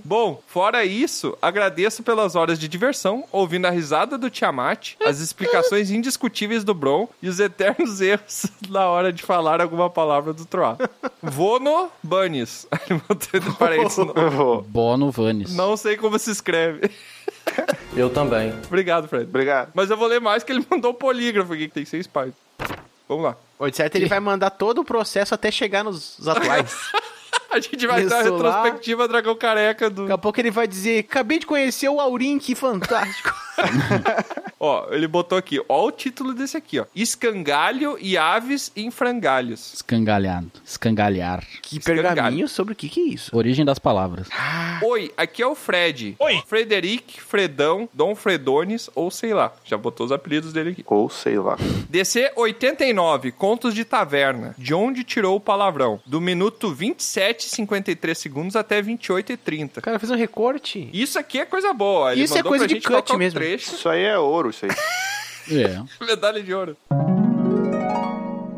Speaker 1: Bom, fora isso, agradeço pelas horas de diversão, ouvindo a risada do Tiamat, as explicações indiscutíveis do Bron e os eternos erros na hora de falar alguma palavra do Troá. Vou no Bunnies. Aí botei entre parênteses, não-
Speaker 4: Vou.
Speaker 2: Bono Vannis.
Speaker 1: Não sei como se escreve.
Speaker 9: Eu também.
Speaker 1: Obrigado, Fred.
Speaker 4: Obrigado.
Speaker 1: Mas eu vou ler mais que ele mandou um polígrafo aqui, que tem seis páginas. Vamos lá.
Speaker 3: Ou de certo, ele vai mandar todo o processo até chegar nos nos atuais.
Speaker 1: A gente vai
Speaker 3: Isso
Speaker 1: dar a
Speaker 3: lá.
Speaker 1: retrospectiva Dragão Careca do.
Speaker 3: Daqui a pouco ele vai dizer: Acabei de conhecer o Aurim, que fantástico.
Speaker 1: Ó, ele botou aqui, ó o título desse aqui, ó. Escangalho e aves em frangalhos.
Speaker 2: Escangalhado. Escangalhar.
Speaker 3: que
Speaker 1: Escangalho.
Speaker 3: pergaminho sobre o que, que é isso?
Speaker 2: Origem das palavras.
Speaker 1: Oi, aqui é o Fred. Oi. Frederic, Fredão, Dom Fredones ou sei lá. Já botou os apelidos dele aqui.
Speaker 4: Ou sei lá.
Speaker 1: DC 89, Contos de Taverna. De onde tirou o palavrão? Do minuto 27 e 53 segundos até 28 e 30.
Speaker 3: O cara fez um recorte.
Speaker 1: Isso aqui é coisa boa. Ele
Speaker 3: Isso é
Speaker 1: mandou
Speaker 3: coisa
Speaker 1: pra
Speaker 3: de
Speaker 1: gente
Speaker 3: cut
Speaker 1: colocar um
Speaker 3: mesmo.
Speaker 1: trecho.
Speaker 4: Isso aí é ouro, isso aí.
Speaker 2: É.
Speaker 1: Medalha de ouro.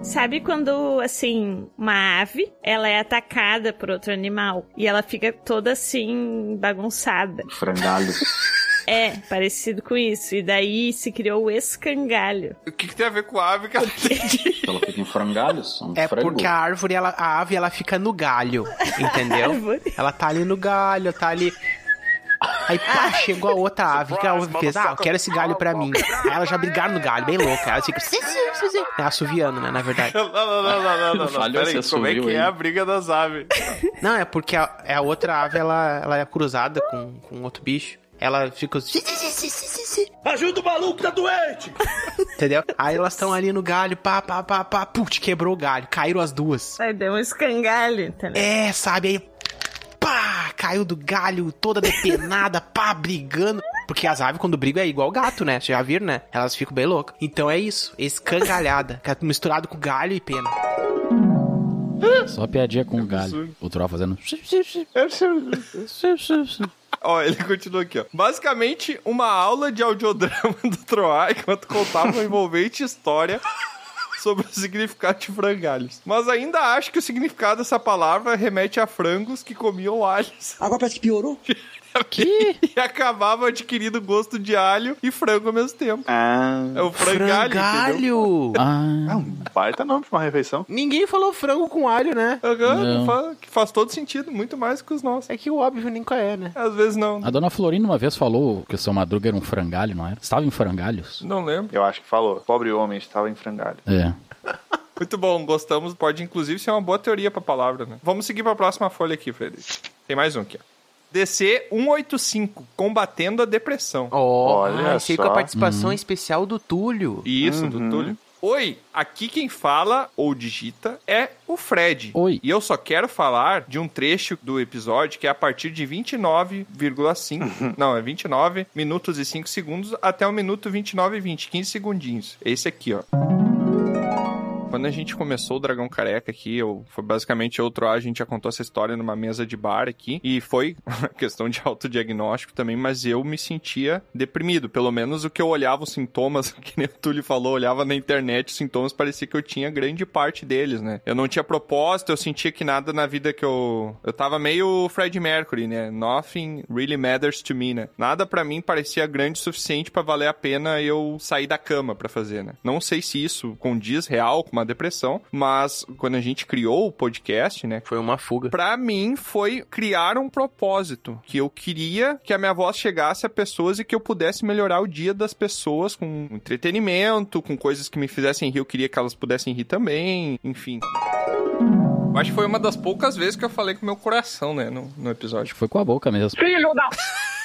Speaker 10: Sabe quando, assim, uma ave, ela é atacada por outro animal e ela fica toda assim, bagunçada?
Speaker 9: Frangalho.
Speaker 10: É, parecido com isso. E daí se criou o escangalho.
Speaker 1: O que, que tem a ver com ave, cara?
Speaker 9: Ela fica em frangalhos? Um
Speaker 3: É
Speaker 9: frango.
Speaker 3: porque a árvore, ela, a ave, ela fica no galho, entendeu?
Speaker 10: Árvore.
Speaker 3: ela tá ali no galho, tá ali. Aí pá, chegou a outra ave que a ave fez, ah, eu quero esse galho pra mim. Aí elas já brigaram no galho, bem louca. Aí Elas ficam. "Sim, sim, sim, sim." É assoviando, né? Na verdade.
Speaker 1: Não, não, não, não, não, não. não.
Speaker 9: Falhou
Speaker 1: Peraí,
Speaker 9: esse
Speaker 1: como é
Speaker 9: assovio
Speaker 1: que é
Speaker 9: aí.
Speaker 1: a briga das aves?
Speaker 3: Não, é porque a, é a outra ave, ela, ela é cruzada com, com outro bicho. Ela fica. "Sim, sim, sim, sim, sim, sim, sim."
Speaker 6: Ajuda o maluco, tá doente!
Speaker 3: Entendeu? Aí elas estão ali no galho, pá, pá, pá, pá, putz, quebrou o galho, caíram as duas.
Speaker 10: Aí deu um escangalho, entendeu?
Speaker 3: É, sabe? Aí, pá, caiu do galho, toda depenada, pá, brigando. Porque as aves, quando brigam, é igual gato, né? Vocês já viram, né? Elas ficam bem loucas. Então é isso, escangalhada, que é misturado com galho e pena.
Speaker 2: É, Só piadinha com o galho. O Troá fazendo.
Speaker 1: Ó, ele continua aqui, ó. Basicamente, uma aula de audiodrama do Troá enquanto contava uma envolvente história sobre o significado de frangalhos. Mas ainda acho que o significado dessa palavra remete a frangos que comiam alhos.
Speaker 5: Agora parece que piorou.
Speaker 1: E acabavam adquirindo gosto de alho e frango ao mesmo tempo.
Speaker 4: Ah,
Speaker 1: É o frangalho, entendeu?
Speaker 2: Ah,
Speaker 4: é um baita nome pra uma refeição.
Speaker 3: Ninguém falou frango com alho, né?
Speaker 1: Aham,
Speaker 2: Não.
Speaker 1: fa- que faz todo sentido, muito mais que os nossos.
Speaker 3: É que o óbvio nem qual é, né?
Speaker 1: Às vezes não.
Speaker 2: a dona Florina uma vez falou que o seu Madruga era um frangalho, não era? Estava em frangalhos?
Speaker 1: Não lembro.
Speaker 4: Eu acho que falou. Pobre homem, estava em frangalho.
Speaker 2: É.
Speaker 1: Muito bom, gostamos. Pode inclusive ser uma boa teoria pra palavra, né? Vamos seguir pra próxima folha aqui, Frederico. Tem mais um aqui, ó. DC 185, combatendo a depressão.
Speaker 4: Olha
Speaker 3: Olha, sei ah, com a
Speaker 4: só.
Speaker 3: participação especial do Túlio.
Speaker 1: E Isso, do Túlio. Oi, aqui quem fala ou digita é o Fred.
Speaker 2: Oi.
Speaker 1: E eu só quero falar de um trecho do episódio que é a partir de 29,5. não, é 29 minutos e 5 segundos até o minuto 29 e 20, 15 segundinhos. Esse aqui, ó. Quando a gente começou o Dragão Careca aqui, eu, foi basicamente outro a gente já contou essa história numa mesa de bar aqui, e foi questão de autodiagnóstico também, mas eu me sentia deprimido, pelo menos o que eu olhava os sintomas, que nem o Túlio falou, olhava na internet os sintomas, parecia que eu tinha grande parte deles, né? Eu não tinha propósito, eu sentia que nada na vida que eu... Eu tava meio Fred Mercury, né? Nothing really matters to me, né? Nada pra mim parecia grande o suficiente pra valer a pena eu sair da cama pra fazer, né? Não sei se isso condiz real com uma depressão, mas quando a gente criou o podcast, né?
Speaker 3: Foi uma fuga.
Speaker 1: Pra mim foi criar um propósito, que eu queria que a minha voz chegasse a pessoas e que eu pudesse melhorar o dia das pessoas com entretenimento, com coisas que me fizessem rir, eu queria que elas pudessem rir também, enfim. Eu acho que foi uma das poucas vezes que eu falei com o meu coração, né, no, no
Speaker 2: Acho
Speaker 1: episódio.
Speaker 2: que foi com a boca mesmo.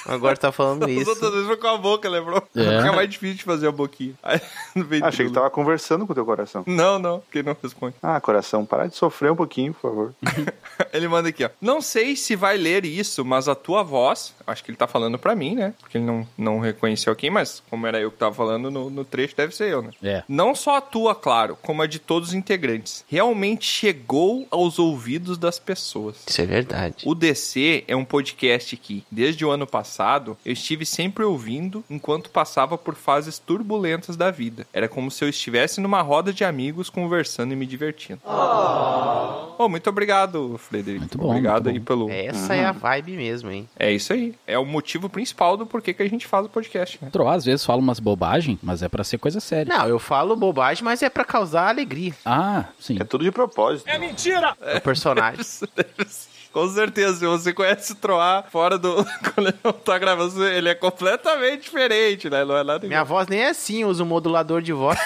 Speaker 3: Agora tá falando
Speaker 1: As
Speaker 3: isso.
Speaker 1: outras vezes foi com a boca, lembrou?
Speaker 2: É.
Speaker 1: Fica mais difícil de fazer a boquinha. Aí, no peito.
Speaker 4: Ah, Achei que tava conversando com o teu coração.
Speaker 1: Não, não, porque não responde.
Speaker 4: Ah, coração, para de sofrer um pouquinho, por favor.
Speaker 1: Ele manda aqui, ó. Não sei se vai ler isso, mas a tua voz. Acho que ele tá falando pra mim, né? Porque ele não, não reconheceu quem, mas como era eu que tava falando no, no trecho, deve ser eu, né?
Speaker 2: É.
Speaker 1: Não só a tua, claro, como a de todos os integrantes. Realmente chegou aos ouvidos das pessoas.
Speaker 3: Isso é verdade.
Speaker 1: O DC é um podcast que, desde o ano passado, eu estive sempre ouvindo enquanto passava por fases turbulentas da vida. Era como se eu estivesse numa roda de amigos conversando e me divertindo. Oh, muito obrigado, Frederico. Muito
Speaker 3: bom,
Speaker 1: Obrigado
Speaker 3: muito
Speaker 1: aí pelo.
Speaker 3: Essa é a vibe mesmo, hein?
Speaker 1: É isso aí. É o motivo principal do porquê que a gente faz o podcast, né?
Speaker 2: Troá às vezes fala umas bobagens, mas é pra ser coisa séria.
Speaker 3: Não, eu falo bobagem, mas é pra causar alegria.
Speaker 2: Ah, sim.
Speaker 4: É tudo de propósito.
Speaker 6: É mentira!
Speaker 3: O personagem.
Speaker 1: Com certeza, se você conhece o Troá fora do. Quando ele não tá gravando, ele é completamente diferente, né? Não é nada
Speaker 3: Minha voz nem é assim, eu uso um modulador de voz.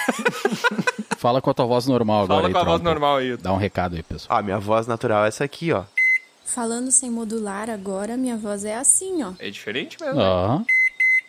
Speaker 2: Fala com a tua voz normal
Speaker 3: Fala
Speaker 2: agora aí,
Speaker 3: com a voz
Speaker 2: Troá.
Speaker 3: normal aí.
Speaker 2: Dá um recado aí, pessoal.
Speaker 3: Ah, minha voz natural é essa aqui, ó.
Speaker 11: Falando sem modular agora, minha voz é assim, ó.
Speaker 1: É diferente
Speaker 2: Ó,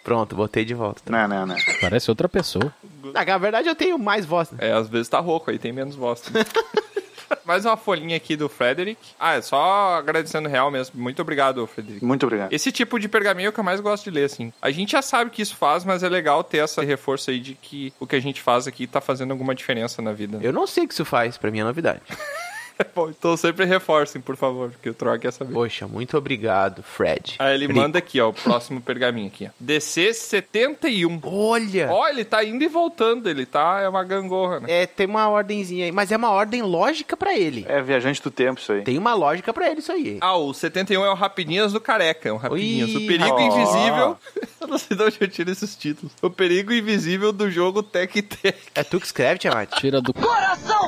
Speaker 3: Pronto, botei de volta.
Speaker 4: Não, não, não.
Speaker 2: parece outra pessoa.
Speaker 3: Na verdade, eu tenho mais voz. né?
Speaker 1: É, às vezes tá rouco, aí tem menos voz. Mais uma folhinha aqui do Frederick. Ah, é só agradecendo real mesmo. Muito obrigado, Frederick.
Speaker 4: Muito obrigado.
Speaker 1: Esse tipo de pergaminho é o que eu mais gosto de ler, assim. A gente já sabe que isso faz, mas é legal ter essa reforço aí de que o que a gente faz aqui tá fazendo alguma diferença na vida. né?
Speaker 3: Eu não sei o que isso faz, pra mim é novidade.
Speaker 1: Bom, então sempre reforcem, por favor, porque o Troá quer saber.
Speaker 3: Poxa, muito obrigado, Fred.
Speaker 1: Aí ele
Speaker 3: Rico.
Speaker 1: manda aqui, ó, o próximo pergaminho aqui, ó. DC 71.
Speaker 3: Olha!
Speaker 1: Ó, ele tá indo e voltando, ele tá... É uma gangorra, né?
Speaker 3: É, tem uma ordenzinha aí, mas é uma ordem lógica pra ele.
Speaker 4: É viajante do tempo isso aí.
Speaker 3: Tem uma lógica pra ele isso aí.
Speaker 1: Ah, o 71 é o Rapidinhas do Careca, é um Rapidinhas.
Speaker 3: Ih,
Speaker 1: o Perigo
Speaker 4: ó.
Speaker 1: Invisível... eu não sei de onde eu tiro esses títulos. O Perigo Invisível do jogo Tec Tec.
Speaker 3: É tu que escreve, Tiamat?
Speaker 2: Tira do...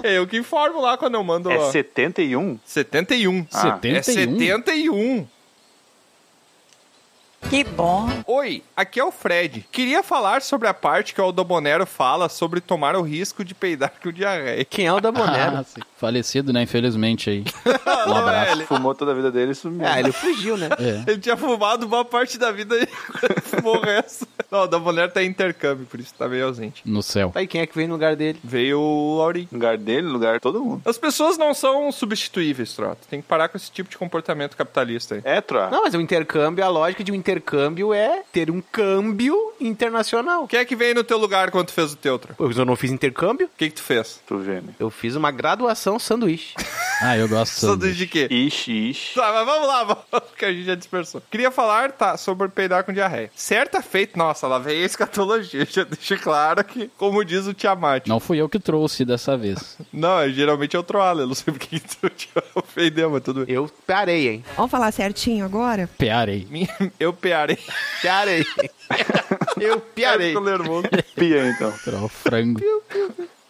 Speaker 1: É eu que informo lá quando eu mando...
Speaker 4: É
Speaker 1: ó.
Speaker 4: 71?
Speaker 1: 71.
Speaker 4: Ah.
Speaker 1: É 71.
Speaker 5: Que bom.
Speaker 1: Oi, aqui é o Fred. Queria falar sobre a parte que o Aldobonero fala sobre tomar o risco de peidar com diarreia.
Speaker 3: Quem é o da Bonera?
Speaker 2: Ah, sim. Falecido, né? Infelizmente aí. Um abraço.
Speaker 1: ele,
Speaker 4: Fumou toda a vida dele e sumiu.
Speaker 3: Ah, ele fugiu, né?
Speaker 2: É.
Speaker 1: ele tinha fumado boa parte da vida e fumou o resto. Não, o Aldobonero tá em intercâmbio, por isso tá meio ausente.
Speaker 2: No céu.
Speaker 3: Tá aí, quem é que veio no lugar dele?
Speaker 1: Veio o Laurinho.
Speaker 4: No lugar dele, no lugar de todo mundo.
Speaker 1: As pessoas não são substituíveis, Trota. Tem que parar com esse tipo de comportamento capitalista aí.
Speaker 4: É, Troá.
Speaker 3: Não, mas o intercâmbio, a lógica de um intercâmbio é ter um câmbio internacional.
Speaker 1: Quem é que veio no teu lugar quando tu fez o teu, Trota?
Speaker 3: Pois eu não fiz intercâmbio,
Speaker 1: O que que tu fez?
Speaker 4: Tu vê, né?
Speaker 3: eu fiz uma graduação sanduíche.
Speaker 2: Ah, eu gosto. de
Speaker 1: Sanduíche
Speaker 2: sanduíche.
Speaker 1: de quê?
Speaker 4: Ixi, ixi.
Speaker 1: Tá, mas vamos lá, vamos, que a gente já dispersou. Queria falar, tá, sobre peidar com diarreia. Certa feita, nossa, lá vem a escatologia, já deixa claro que, como diz o Tiamat. Não,
Speaker 2: Não fui eu que trouxe dessa vez.
Speaker 1: é, geralmente é o Troala, eu não sei porque tu te ofendeu, mas tudo bem.
Speaker 3: Eu parei, hein?
Speaker 12: Vamos falar certinho agora?
Speaker 2: Pearei.
Speaker 1: Minha- Eu pearei.
Speaker 3: Parei. eu piarei.
Speaker 1: Ficou nervoso.
Speaker 4: Pia, então.
Speaker 2: Troll frango.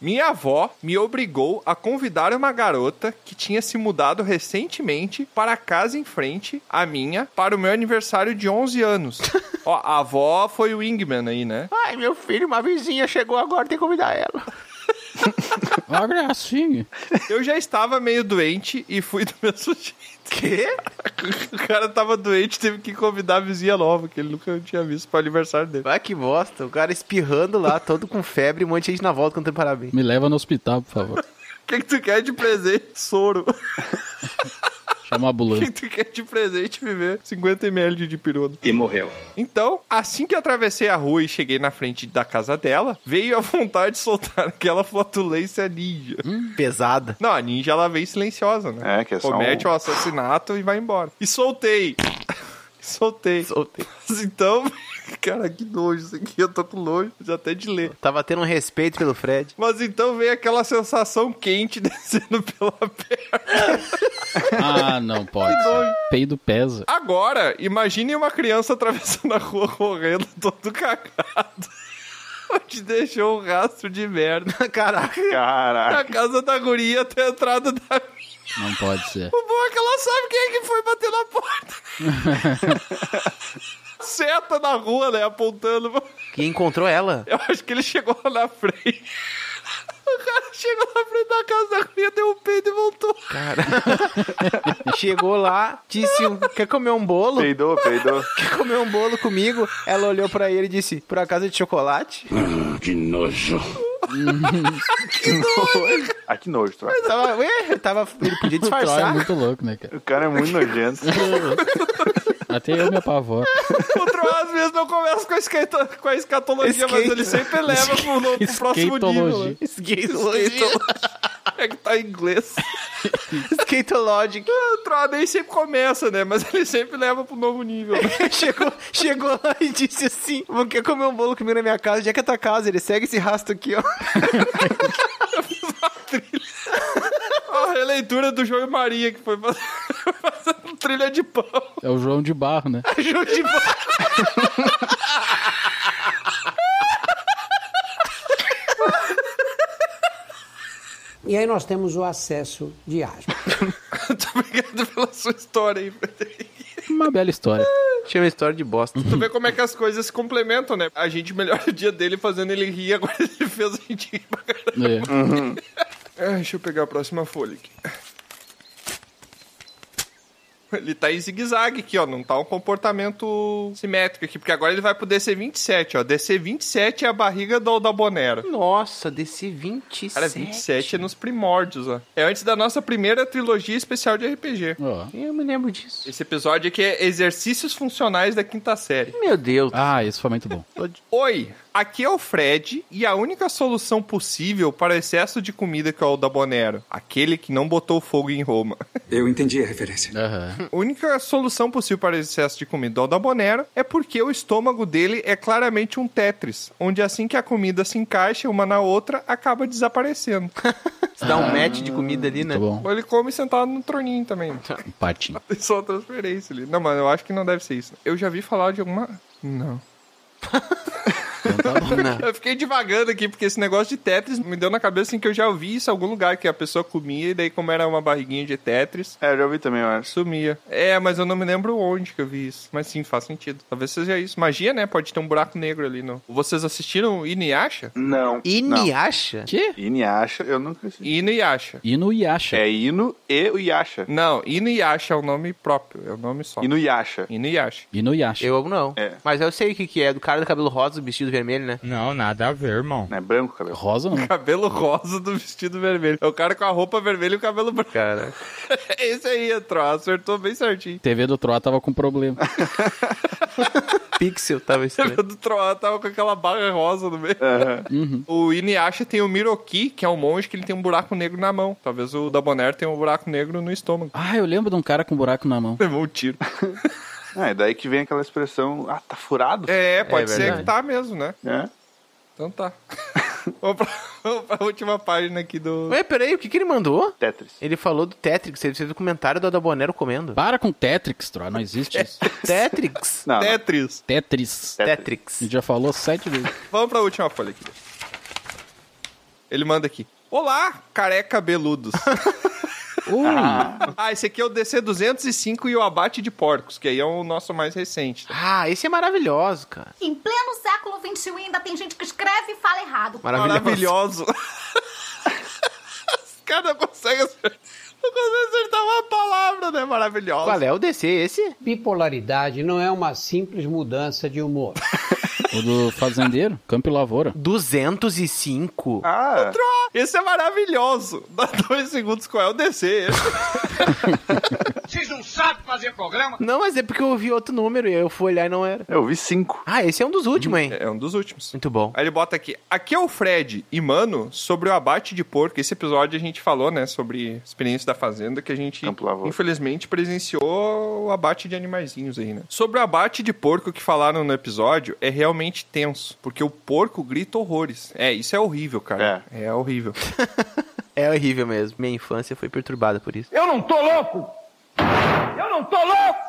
Speaker 1: Minha avó me obrigou a convidar uma garota que tinha se mudado recentemente para a casa em frente, a minha, para o meu aniversário de 11 anos. Ó, a avó foi o Wingman aí, né?
Speaker 3: Ai, meu filho, uma vizinha chegou agora, tem que convidar ela.
Speaker 2: Uma gracinha.
Speaker 1: Eu já estava meio doente e fui do mesmo jeito.
Speaker 3: Quê?
Speaker 1: O cara tava doente, teve que convidar a vizinha nova, que ele nunca tinha visto pro aniversário dele.
Speaker 3: Vai que bosta, o cara espirrando lá, todo com febre, um monte de gente na volta cantando parabéns.
Speaker 2: Me leva no hospital, por favor.
Speaker 1: O que, que tu quer de presente? Soro.
Speaker 2: Chama a
Speaker 1: O que,
Speaker 2: ambulância.
Speaker 1: que tu quer de presente viver? 50ml de dipirona.
Speaker 9: E morreu.
Speaker 1: Então, assim que atravessei a rua e cheguei na frente da casa dela, veio a vontade de soltar aquela flatulência ninja.
Speaker 3: Pesada.
Speaker 1: Não, a ninja ela vem silenciosa, né?
Speaker 4: É, que é só
Speaker 1: Comete
Speaker 4: um-
Speaker 1: o assassinato e vai embora. E soltei. soltei.
Speaker 3: Soltei.
Speaker 1: Mas Então, cara, que nojo isso aqui, eu tô com nojo já até de ler.
Speaker 3: Tava tendo um respeito pelo Fred.
Speaker 1: Mas então veio aquela sensação quente descendo pela perna.
Speaker 2: Ah, não pode. ser. Peido pesa.
Speaker 1: Agora, imagine uma criança atravessando a rua correndo, todo cagado. Onde deixou um rastro de merda
Speaker 3: Caraca.
Speaker 1: na
Speaker 4: Caraca.
Speaker 1: casa da guria até a entrada da minha.
Speaker 2: Não pode ser.
Speaker 1: O bom é que ela sabe quem é que foi bater na porta. Seta na rua, né? Apontando.
Speaker 3: E encontrou ela.
Speaker 1: Eu acho que ele chegou lá na frente. O cara chegou na frente da casa da guria, deu um peido e voltou.
Speaker 3: Chegou lá, disse, quer comer um bolo?
Speaker 4: Peidou, peidou.
Speaker 3: Quer comer um bolo comigo? Ela olhou pra ele e disse, por acaso é de chocolate?
Speaker 6: Que nojo.
Speaker 4: Ah, que nojo, Troá.
Speaker 3: Tava, ué, tava, ele podia
Speaker 2: O Troll é
Speaker 3: disfarçar.
Speaker 2: muito louco, né, cara?
Speaker 4: O cara é muito nojento.
Speaker 2: Até eu me apavoro.
Speaker 1: O Troá às vezes não começa com a, esqueta- com a escatologia, mas ele sempre leva pro, no- pro próximo nível. né? É que tá em inglês.
Speaker 3: Skatologic.
Speaker 1: O Troá nem sempre começa, né? Mas ele sempre leva pro novo nível.
Speaker 3: chegou, chegou lá e disse assim: "Vou quer comer um bolo comigo na minha casa, já que é tua casa, ele segue esse rastro aqui, ó.
Speaker 1: A releitura do João e Maria, que foi faz- fazendo trilha de pão.
Speaker 2: É o João de Barro, né?
Speaker 1: João de
Speaker 12: E aí nós temos o acesso de asma.
Speaker 1: Obrigado pela sua história aí, Frederico.
Speaker 2: Uma bela história.
Speaker 3: Chama história de bosta.
Speaker 1: Tu vê como é que as coisas se complementam, né? A gente melhora o dia dele fazendo ele rir, agora ele fez a gente rir pra caramba.
Speaker 2: É. Uhum.
Speaker 1: Ah, deixa eu pegar a próxima folha aqui. Ele tá em zigue-zague aqui, ó. Não tá um comportamento simétrico aqui, porque agora ele vai pro DC27, ó. DC27 é a barriga do Aldabonera.
Speaker 3: Nossa, DC 27.
Speaker 1: Cara, 27 é nos primórdios, ó. É antes da nossa primeira trilogia especial de RPG.
Speaker 3: Eu me lembro disso.
Speaker 1: Esse episódio aqui é Exercícios Funcionais da Quinta Série.
Speaker 3: Meu Deus.
Speaker 2: Ah, isso foi muito bom.
Speaker 1: Oi, aqui é o Fred e a única solução possível para o excesso de comida que é o da Bonero, aquele que não botou fogo em Roma.
Speaker 13: Eu entendi a referência.
Speaker 1: A única solução possível para o excesso de comida do Aldabonero é porque o estômago dele é claramente um Tetris, onde assim que a comida se encaixa uma na outra, acaba desaparecendo.
Speaker 3: Você dá um match de comida ali, né?
Speaker 1: Ou ele come sentado no troninho também.
Speaker 2: Patinho.
Speaker 1: Só transferência ali. Não, mano, eu acho que não deve ser isso. Eu já vi falar de alguma. Não. Eu fiquei devagando aqui, porque esse negócio de Tetris me deu na cabeça assim, que eu já ouvi isso em algum lugar, que a pessoa comia e daí, como era uma barriguinha de Tetris.
Speaker 4: É, já ouvi também, eu acho.
Speaker 1: Sumia. É, mas eu não me lembro onde que eu vi isso. Mas sim, faz sentido. Talvez seja isso. Magia, né? Pode ter um buraco negro ali, não. Vocês assistiram Inuyasha?
Speaker 4: Não.
Speaker 1: Inuyasha?
Speaker 2: Que?
Speaker 4: Inuyasha, eu nunca assisti.
Speaker 1: Inuyasha.
Speaker 2: Inuyasha.
Speaker 4: É Inu e o Yasha.
Speaker 1: Não, Inuyasha é o nome próprio, é o nome só.
Speaker 4: Inuyasha.
Speaker 1: Inuyasha.
Speaker 2: Inuyasha.
Speaker 3: Eu não. Mas eu sei o que, que é, do cara do cabelo rosa, do vestido vermelho, né?
Speaker 14: Não, nada a ver, irmão.
Speaker 4: Não é branco o cabelo.
Speaker 2: Rosa não.
Speaker 1: Cabelo rosa do vestido vermelho. É o cara com a roupa vermelha e o cabelo branco.
Speaker 3: Cara.
Speaker 1: Esse aí, entrou, acertou bem certinho.
Speaker 2: TV do Troá tava com problema.
Speaker 3: Pixel tava
Speaker 1: Lembra do Troá tava com aquela barra rosa no meio. O Inuyasha tem o Miroki, que é um monge que ele tem um buraco negro na mão. Talvez o Dabonair tenha um buraco negro no estômago.
Speaker 2: Ah, eu lembro de um cara com um buraco na mão.
Speaker 1: Levou um tiro.
Speaker 4: Ah, é daí que vem aquela expressão, ah, tá furado?
Speaker 1: É, pode ser que tá mesmo, né?
Speaker 4: É.
Speaker 1: Então tá. vamos, pra, vamos pra última página aqui do.
Speaker 3: Ué, peraí, o que, que ele mandou?
Speaker 4: Tetris.
Speaker 3: Ele falou do Tetrix, ele fez o comentário do Adabonero comendo.
Speaker 2: Para com Tetrix, Troá. Não existe isso.
Speaker 3: Tetrix?
Speaker 1: Tetris.
Speaker 2: Tetris.
Speaker 3: Tetrix.
Speaker 2: A gente já falou sete vezes.
Speaker 1: Vamos pra última folha aqui. Ele manda aqui. Olá, careca beludos.
Speaker 2: Ah.
Speaker 1: Ah, esse aqui é o DC 205 e o abate de porcos, que aí é o nosso mais recente. tá?
Speaker 3: Ah, esse é maravilhoso, cara.
Speaker 15: Em pleno século XXI ainda tem gente que escreve e fala errado.
Speaker 1: Maravilhoso. Os caras não conseguem acertar, não conseguem acertar uma palavra, né? Maravilhosa.
Speaker 12: Qual
Speaker 3: é o DC esse?
Speaker 12: Bipolaridade não é uma simples mudança de humor.
Speaker 2: Uh, O do fazendeiro, Campo e Lavoura.
Speaker 3: 205.
Speaker 4: Ah.
Speaker 1: Esse é maravilhoso. Dá dois segundos qual é o DC.
Speaker 6: Vocês não sabem fazer programa?
Speaker 3: Não, mas é porque eu ouvi outro número e eu fui olhar e não era.
Speaker 4: Eu vi cinco.
Speaker 3: Ah, esse é um dos últimos, hein?
Speaker 1: É um dos últimos.
Speaker 3: Muito bom.
Speaker 1: Aí ele bota aqui. Aqui é o Fred e, mano, sobre o abate de porco. Esse episódio a gente falou, né? Sobre experiência da fazenda, que a gente, infelizmente, presenciou o abate de animaizinhos aí, né? Sobre o abate de porco que falaram no episódio, é realmente tenso. Porque o porco grita horrores. É, isso é horrível, cara. É, é horrível.
Speaker 3: É horrível mesmo. Minha infância foi perturbada por isso.
Speaker 6: Eu não tô louco! Eu não tô louco!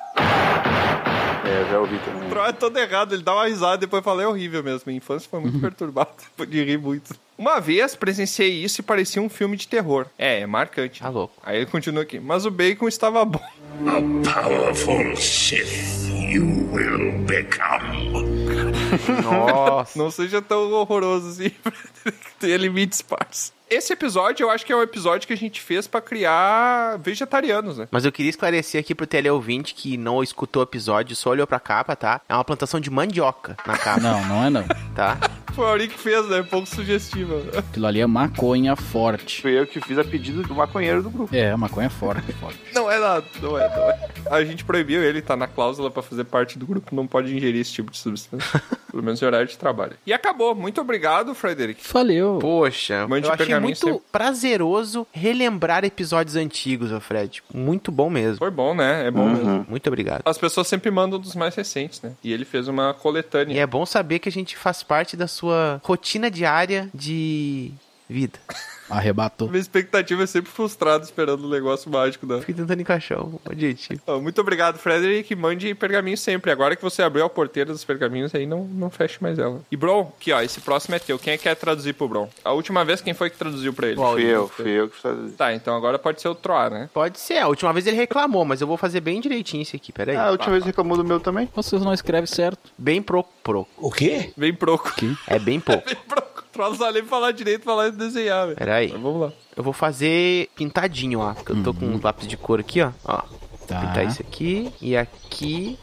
Speaker 4: É, já ouvi também.
Speaker 1: O Troy é todo errado, ele dá uma risada e depois fala, é horrível mesmo. Minha infância foi muito perturbada, de rir muito. Uma vez presenciei isso e parecia um filme de terror. É, é marcante. Tá
Speaker 3: louco.
Speaker 1: Aí ele continua aqui. Mas o bacon estava bom.
Speaker 8: A powerful Sith you will become.
Speaker 3: Nossa.
Speaker 1: Não seja tão horroroso assim. Tem limites, parça. Esse episódio, eu acho que é um episódio que a gente fez pra criar vegetarianos, né?
Speaker 3: Mas eu queria esclarecer aqui pro teleouvinte que não escutou o episódio, só olhou pra capa, tá? É uma plantação de mandioca na capa.
Speaker 2: Não, não é não.
Speaker 3: Tá?
Speaker 1: Foi o Auri que fez, né? Pouco sugestiva.
Speaker 2: Aquilo ali é maconha forte.
Speaker 4: Fui eu que fiz a pedido do maconheiro do grupo.
Speaker 2: É, maconha forte, forte.
Speaker 1: Não é nada, não é, não é. A gente proibiu ele, tá na cláusula pra fazer parte do grupo, não pode ingerir esse tipo de substância. Pelo menos em horário de trabalho. E acabou. Muito obrigado, Frederic.
Speaker 2: Valeu.
Speaker 3: Poxa,
Speaker 1: Mande
Speaker 3: eu achei
Speaker 1: pergaminho
Speaker 3: muito
Speaker 1: sempre.
Speaker 3: prazeroso relembrar episódios antigos, ô Fred. Muito bom mesmo.
Speaker 1: Foi bom, né? É bom mesmo.
Speaker 3: Muito obrigado.
Speaker 1: As pessoas sempre mandam dos mais recentes, né? E ele fez uma coletânea.
Speaker 3: E é bom saber que a gente faz parte da sua rotina diária de vida.
Speaker 2: Arrebatou.
Speaker 1: Minha expectativa é sempre frustrada esperando o negócio mágico da.
Speaker 3: Fiquei tentando encaixar um adjetivo.
Speaker 1: Ó, Muito obrigado, Frederic. Mande pergaminho sempre. Agora que você abriu a porteira dos pergaminhos, aí não, não feche mais ela. E Bron, aqui ó, esse próximo é teu. Quem é que quer traduzir pro Bron? A última vez, quem foi que traduziu pra ele?
Speaker 4: Fui eu, fui eu que traduzi.
Speaker 1: Tá, então agora pode ser o Troar, né?
Speaker 3: Pode ser. A última vez ele reclamou, mas eu vou fazer bem direitinho esse aqui, peraí.
Speaker 4: Ah, a última vez reclamou do meu também?
Speaker 2: Vocês não escrevem certo.
Speaker 3: Bem proco. proco.
Speaker 12: O quê?
Speaker 1: Bem proco.
Speaker 3: É bem pouco.
Speaker 1: Troar não sabe nem falar direito, falar e desenhar, velho.
Speaker 3: Peraí.
Speaker 1: vamos lá.
Speaker 3: Eu vou fazer pintadinho lá, porque eu tô com um lápis de cor aqui, ó. Ó.
Speaker 2: Tá.
Speaker 3: Vou pintar isso aqui e aqui.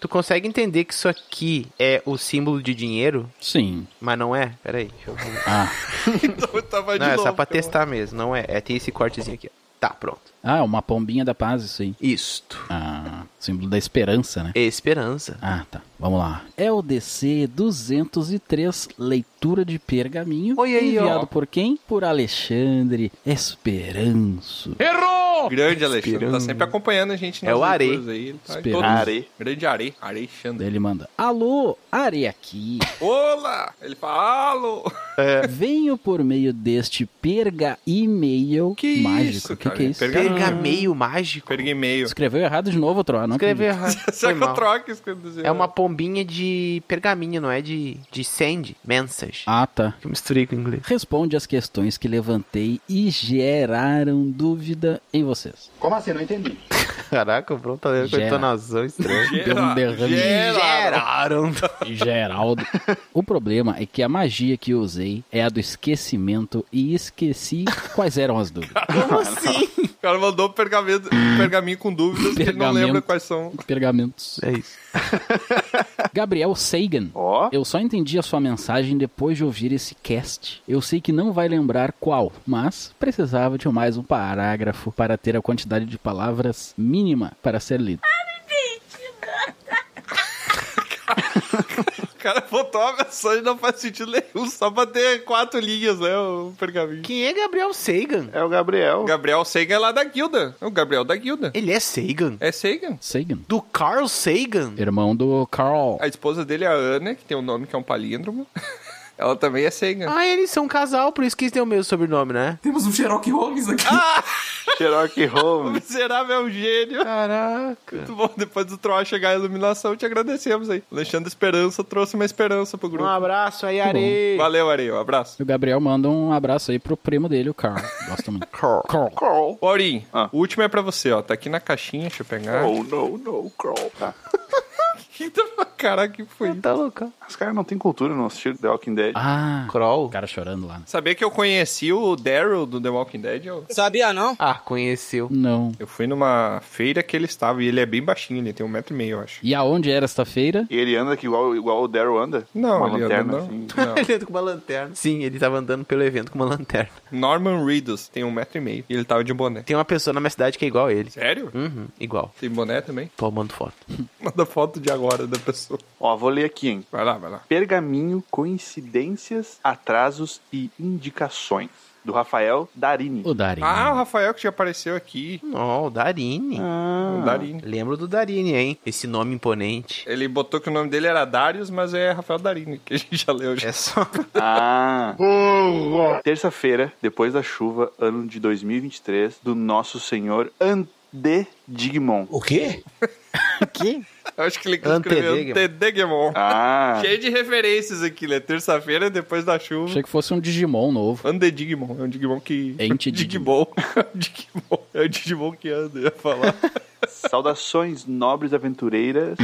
Speaker 3: Tu consegue entender que isso aqui é o símbolo de dinheiro,
Speaker 2: Sim.
Speaker 3: mas não é? Peraí, deixa eu...
Speaker 2: Ah.
Speaker 1: Então tava de
Speaker 3: Não, é só
Speaker 1: novo,
Speaker 3: pra
Speaker 1: cara.
Speaker 3: testar mesmo, não é? É, tem esse cortezinho aqui, ó. Tá, pronto.
Speaker 2: Ah, uma pombinha da paz, isso aí.
Speaker 3: Isto.
Speaker 2: Ah, símbolo da esperança, né?
Speaker 3: Esperança.
Speaker 2: Ah, tá. Vamos lá. É o DC 203, leitura de pergaminho.
Speaker 3: Oi, aí, ó.
Speaker 2: enviado por quem? Por Alexandre Esperanço.
Speaker 6: Errou!
Speaker 1: Grande Alexandre, tá
Speaker 3: Esperando.
Speaker 1: sempre acompanhando a gente
Speaker 3: É o
Speaker 1: nas
Speaker 3: Are.
Speaker 1: leituras aí. Ele tá em
Speaker 2: Esperando.
Speaker 1: todos.
Speaker 4: Are.
Speaker 1: Grande Are. Alexandre.
Speaker 2: Daí ele manda: Alô, Are aqui.
Speaker 1: Olá! Ele fala, alô!
Speaker 2: Venho por meio deste perga e-mail
Speaker 1: Que
Speaker 2: mágico.
Speaker 1: isso,
Speaker 2: O que,
Speaker 1: cara?
Speaker 2: que é isso?
Speaker 1: Perga-
Speaker 3: Pergameio mágico.
Speaker 1: Perguei e-mail.
Speaker 2: Escreveu errado de novo, Troa. Não
Speaker 3: Escreveu
Speaker 2: acredito.
Speaker 3: errado. Foi
Speaker 1: Será que eu
Speaker 3: mal.
Speaker 1: troco isso que eu desenho?
Speaker 3: É uma pombinha de pergaminho, não é de, de send, message.
Speaker 2: Ah, tá.
Speaker 3: Que eu misturei com o inglês.
Speaker 2: Responde as questões que levantei e geraram dúvida em vocês.
Speaker 9: Como assim? Não entendi.
Speaker 3: Caraca, o Bruno tá lendo com
Speaker 2: Gera.
Speaker 3: entonação estranha.
Speaker 1: Gera-
Speaker 2: Deu um derrame.
Speaker 1: Gera-
Speaker 3: Geraram.
Speaker 2: Geraldo. o problema é que a magia que eu usei é a do esquecimento e esqueci quais eram as dúvidas.
Speaker 3: Como assim?
Speaker 1: O cara mandou um pergaminho, um pergaminho com dúvidas que ele não
Speaker 2: Pergamento.
Speaker 1: lembra quais são.
Speaker 2: Pergamentos.
Speaker 3: É isso.
Speaker 2: Gabriel Sagan.
Speaker 4: Ó.
Speaker 2: Eu só entendi a sua mensagem depois de ouvir esse cast. Eu sei que não vai lembrar qual, mas precisava de mais um parágrafo para ter a quantidade de palavras mínima para ser lido.
Speaker 1: O cara botou uma mensagem não faz sentido nenhum, só pra ter quatro linhas, né? O pergaminho.
Speaker 3: Quem é Gabriel Sagan?
Speaker 4: É o Gabriel.
Speaker 1: O Gabriel Sagan é lá da guilda. É o Gabriel da guilda.
Speaker 3: Ele é Sagan?
Speaker 1: É Sagan.
Speaker 2: Sagan,
Speaker 3: Do Carl Sagan?
Speaker 2: irmão do Carl.
Speaker 1: A esposa dele é a Ana, que tem um nome que é um palíndromo. Ela também é Sagan.
Speaker 3: Ah, eles são um casal, por isso que eles têm o mesmo sobrenome, né?
Speaker 9: Temos um Sherlock Holmes aqui.
Speaker 4: Cherokee
Speaker 1: O
Speaker 4: Holmes.
Speaker 1: miserável é um gênio.
Speaker 3: Caraca.
Speaker 1: Muito bom, depois do Troll chegar à iluminação, te agradecemos aí. Alexandre Esperança trouxe uma esperança pro
Speaker 3: Um
Speaker 1: grupo.
Speaker 3: abraço aí, Are.
Speaker 1: Valeu, Areia, um abraço.
Speaker 2: E o Gabriel manda um abraço aí pro primo dele, o Carl. Gosto muito.
Speaker 3: Carl.
Speaker 2: Carl.
Speaker 4: Carl.
Speaker 1: Aurim,
Speaker 4: Ah.
Speaker 1: o último é pra você, ó. Tá aqui na caixinha, deixa eu pegar.
Speaker 4: Oh, no, no, Carl. Tá.
Speaker 1: Eita, Caraca, que foi isso?
Speaker 3: Tá louco.
Speaker 4: Os caras não têm cultura no assistiram The Walking Dead.
Speaker 2: Ah,
Speaker 3: Kroll.
Speaker 2: o cara chorando lá. né?
Speaker 1: Sabia que eu conheci o Daryl do The Walking Dead? Eu,
Speaker 5: Sabia não?
Speaker 3: Ah, conheceu.
Speaker 2: Não.
Speaker 1: eu fui numa feira que ele estava e ele é bem baixinho, ele tem um metro e meio, eu acho.
Speaker 2: E aonde era esta feira?
Speaker 4: E ele anda aqui igual, igual o Daryl anda?
Speaker 1: Não,
Speaker 4: Uma
Speaker 1: ele
Speaker 4: lanterna,
Speaker 1: anda,
Speaker 4: assim.
Speaker 1: não. não.
Speaker 3: Ele anda com uma lanterna. Sim, ele tava andando pelo evento com uma lanterna.
Speaker 1: Norman Reedus tem um metro e meio e ele tava de boné.
Speaker 3: Tem uma pessoa na minha cidade que é igual a ele.
Speaker 1: Sério?
Speaker 3: Uhum, igual.
Speaker 1: Tem boné também?
Speaker 3: Tomando foto.
Speaker 1: Manda foto de agora da pessoa.
Speaker 4: Ó, vou ler aqui, hein.
Speaker 1: Vai lá, vai lá.
Speaker 4: Pergaminho, coincidências, atrasos e indicações. Do Rafael Darini.
Speaker 2: O Darin.
Speaker 1: Ah, o Rafael que já apareceu aqui.
Speaker 3: Não, o Darini.
Speaker 4: Ah.
Speaker 1: O Darini.
Speaker 3: Lembro do Darini, hein? Esse nome imponente.
Speaker 1: Ele botou que o nome dele era Darius, mas é Rafael Darini, que a gente já leu já.
Speaker 3: É só.
Speaker 4: Ah. Terça-feira, depois da chuva, ano de 2023, do nosso senhor Ande Digimon.
Speaker 12: O quê?
Speaker 1: Eu acho que ele escreveu
Speaker 3: Antedegemon.
Speaker 1: Tedegemon.
Speaker 4: Ah.
Speaker 1: Cheio de referências aqui, né? Terça-feira, depois da chuva.
Speaker 2: Achei que fosse um Digimon novo.
Speaker 1: Ande Digimon. É um Digimon que...
Speaker 2: Ente
Speaker 1: Digimon. É um Digimon. É um Digimon que anda, eu ia falar.
Speaker 4: Saudações, nobres aventureiras.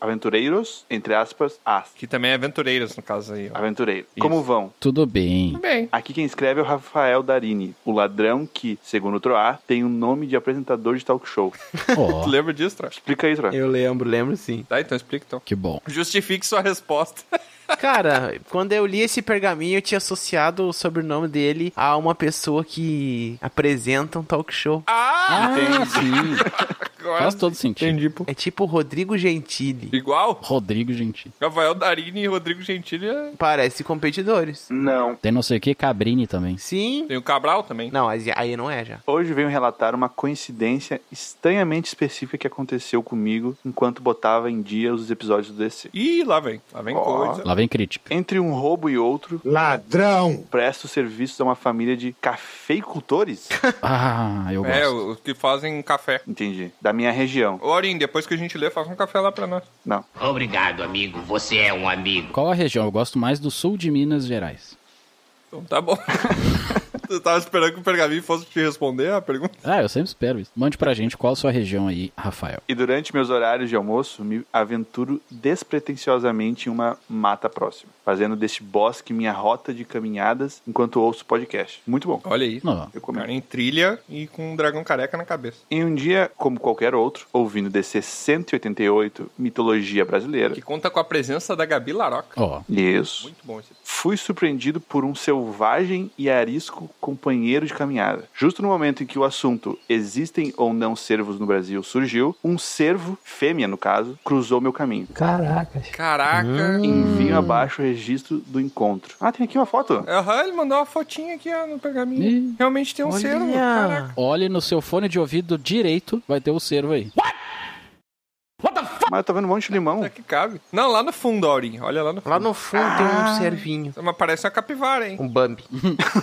Speaker 4: Aventureiros, entre aspas, as.
Speaker 1: que também é Aventureiros, no caso aí. ó.
Speaker 4: Aventureiro.
Speaker 1: Isso.
Speaker 4: Como vão?
Speaker 2: Tudo bem.
Speaker 1: Tudo Ah. bem.
Speaker 4: Aqui quem escreve é o Rafael Darini, o ladrão que, segundo o Troar, tem o nome de apresentador de talk show.
Speaker 1: Tu
Speaker 2: Ó,
Speaker 1: lembra disso, Tra?
Speaker 4: Explica aí, Troar.
Speaker 3: Eu lembro, lembro sim.
Speaker 1: Tá, então explica então.
Speaker 2: que bom.
Speaker 1: Justifique sua resposta.
Speaker 3: Cara, quando eu li esse pergaminho, eu tinha associado o sobrenome dele a uma pessoa que apresenta um talk show.
Speaker 1: Ah,
Speaker 3: Entendi.
Speaker 1: Faz todo
Speaker 2: sentido.
Speaker 3: É tipo Rodrigo Gentili.
Speaker 1: Igual?
Speaker 2: Rodrigo Gentili.
Speaker 1: Rafael Darini e Rodrigo Gentili é...
Speaker 3: Parece competidores. Não.
Speaker 2: Tem não sei o que, Cabrini também.
Speaker 3: Sim.
Speaker 1: Tem o Cabral também.
Speaker 3: Não, mas aí não é já.
Speaker 4: Hoje venho relatar uma coincidência estranhamente específica que aconteceu comigo enquanto botava em dia os episódios do DC.
Speaker 1: Ih, lá vem. Lá vem coisa.
Speaker 2: Lá vem crítica.
Speaker 4: Entre um roubo e outro. Ladrão! Presto serviço a uma família de cafeicultores.
Speaker 2: Ah, eu
Speaker 1: É, os que fazem café.
Speaker 4: Entendi. Da minha região.
Speaker 1: Ô, Aurim, depois que a gente lê, faz um café lá pra nós.
Speaker 4: Não.
Speaker 5: Obrigado, amigo. Você é um amigo.
Speaker 2: Qual a região? Eu gosto mais do sul de Minas Gerais.
Speaker 1: Então tá bom. Você tava esperando que o pergaminho fosse te responder a pergunta?
Speaker 2: Ah, eu sempre espero isso. Mande pra gente qual a sua região aí, Rafael.
Speaker 4: E durante meus horários de almoço, me aventuro despretensiosamente em uma mata próxima, fazendo deste bosque minha rota de caminhadas enquanto ouço podcast. Muito bom.
Speaker 1: Olha aí.
Speaker 2: Não.
Speaker 1: Eu comendo. em trilha e com um dragão careca na cabeça.
Speaker 4: Em um dia como qualquer outro, ouvindo DC 188, Mitologia Brasileira,
Speaker 1: Que conta com a presença da Gabi Laroca.
Speaker 2: Ó.
Speaker 4: Isso.
Speaker 1: Muito bom esse.
Speaker 4: fui surpreendido por um selvagem e arisco companheiro de caminhada. Justo no momento em que o assunto existem ou não cervos no Brasil surgiu, um cervo, fêmea no caso, cruzou meu caminho.
Speaker 12: Caracas.
Speaker 1: Caraca. Hum.
Speaker 4: Envio abaixo o registro do encontro. Ah, tem aqui uma foto.
Speaker 1: Aham, ele mandou uma fotinha aqui ó, no pergaminho. Realmente tem um
Speaker 3: Olha.
Speaker 1: cervo. Caraca.
Speaker 2: Olhe no seu fone de ouvido direito, vai ter o cervo aí.
Speaker 4: Mas eu tô vendo um monte de limão.
Speaker 1: Será que cabe? Não, lá no fundo, Aurim. Olha lá no fundo.
Speaker 3: Lá no fundo tem um servinho.
Speaker 1: Mas parece uma capivara, hein?
Speaker 3: Um Bambi.